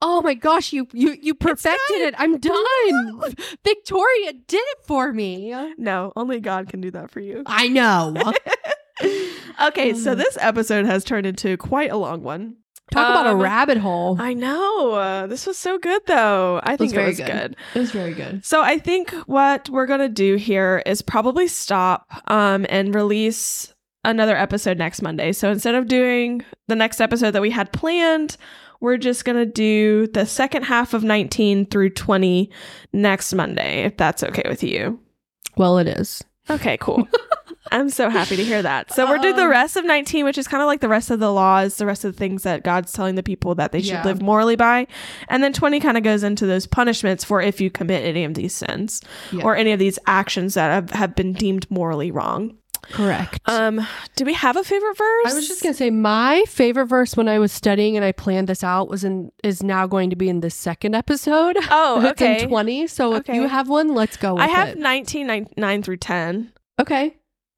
B: Oh my gosh, you you you perfected it. I'm done. Victoria did it for me.
A: no, only God can do that for you.
B: I know. Oh,
A: okay, so this episode has turned into quite a long one.
B: Talk about a
A: Um,
B: rabbit hole.
A: I know. Uh, this was so good though. I think it
B: Oh. very
A: was
B: good.
A: good.
B: It was very good.
A: So I think what we're gonna do here is probably stop um, and release another episode next Monday. So instead of doing the next episode that we had planned, we're just gonna do the second half of 19 through 20 next Monday, if that's okay with you.
B: Well, it is.
A: Okay, cool. I'm so happy to hear that. So we're doing the
B: Um,
A: rest of 19, which is kind of like the rest of the laws, the rest of the things that God's telling the people that they should
B: Yeah.
A: live morally by. And then 20 kind of goes into those punishments for if you commit any of these sins
B: Yeah.
A: or any of these actions that have, have been deemed morally wrong.
B: Correct.
A: Um, do we have a favorite verse?
B: I was just gonna say my favorite verse when I was studying and I planned this out was in is now going to be in the second episode.
A: Oh,
B: It's in
A: okay.
B: twenty. So if you
A: Okay.
B: have one, let's go. With
A: I have
B: it.
A: 19, 9, 9 through 10.
B: okay.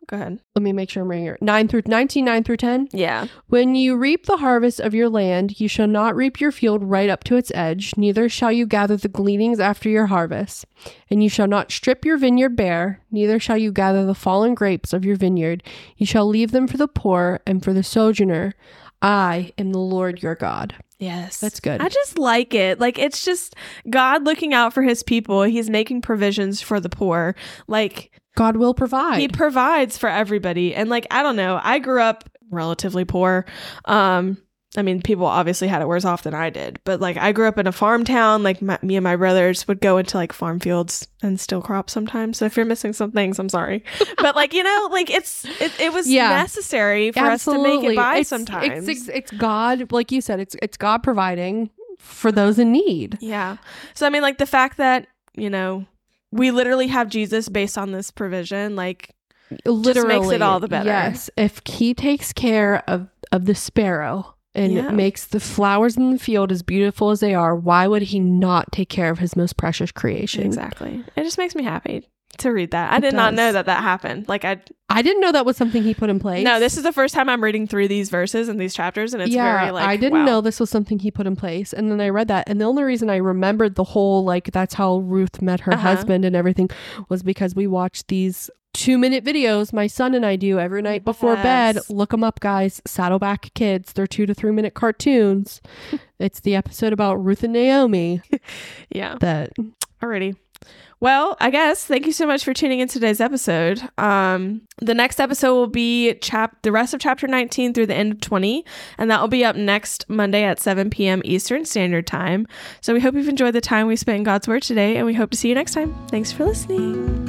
A: Go ahead.
B: Let me make sure I'm reading it. Nine through 19, 9 through ten.
A: Yeah.
B: When you reap the harvest of your land, you shall not reap your field right up to its edge, neither shall you gather the gleanings after your harvest. And you shall not strip your vineyard bare, neither shall you gather the fallen grapes of your vineyard. You shall leave them for the poor and for the sojourner. I am the Lord your God.
A: Yes.
B: That's good.
A: I just like it. Like it's just God looking out for his people. He's making provisions for the poor. Like
B: God will
A: he
B: provide.
A: provides for everybody and like i don't know i grew up relatively poor um i mean people obviously had it worse off than i did but like i grew up in a farm town like my, me and my brothers would go into like farm fields and steal crops sometimes so if you're missing some things i'm sorry but like you know like it's it, it was
B: Yeah.
A: necessary for us to make it by
B: it's,
A: sometimes
B: It's, it's God, like you said, it's, it's God providing for those in need.
A: yeah so i mean like the fact that you know we literally have jesus based on this provision like
B: literally
A: makes it all the better.
B: Yes, if he takes care of of the sparrow and
A: Yeah.
B: makes the flowers in the field as beautiful as they are, why would he not take care of his most precious creation?
A: Exactly. It just makes me happy to read that. I
B: It
A: did not know
B: does.
A: that that happened. Like I
B: I didn't know that was something he put in place.
A: no, this is the first time I'm reading through these verses and these chapters, and it's
B: yeah,
A: very like
B: I didn't
A: wow.
B: know this was something he put in place, and then I read that, and the only reason I remembered the whole like that's how Ruth met her
A: Uh-huh.
B: husband and everything was because we watched these two minute videos my son and I do every night before bed.
A: Yes.
B: Look them up, guys. Saddleback Kids. They're two to three minute cartoons. it's the episode about Ruth and Naomi
A: Yeah.
B: that
A: Alrighty. Well, I guess thank you so much for tuning in today's episode. Um, the next episode will be chap the rest of chapter 19 through the end of 20, and that will be up next Monday at 7 p.m. Eastern Standard Time. So we hope you've enjoyed the time we spent in God's Word today, and we hope to see you next time. Thanks for listening.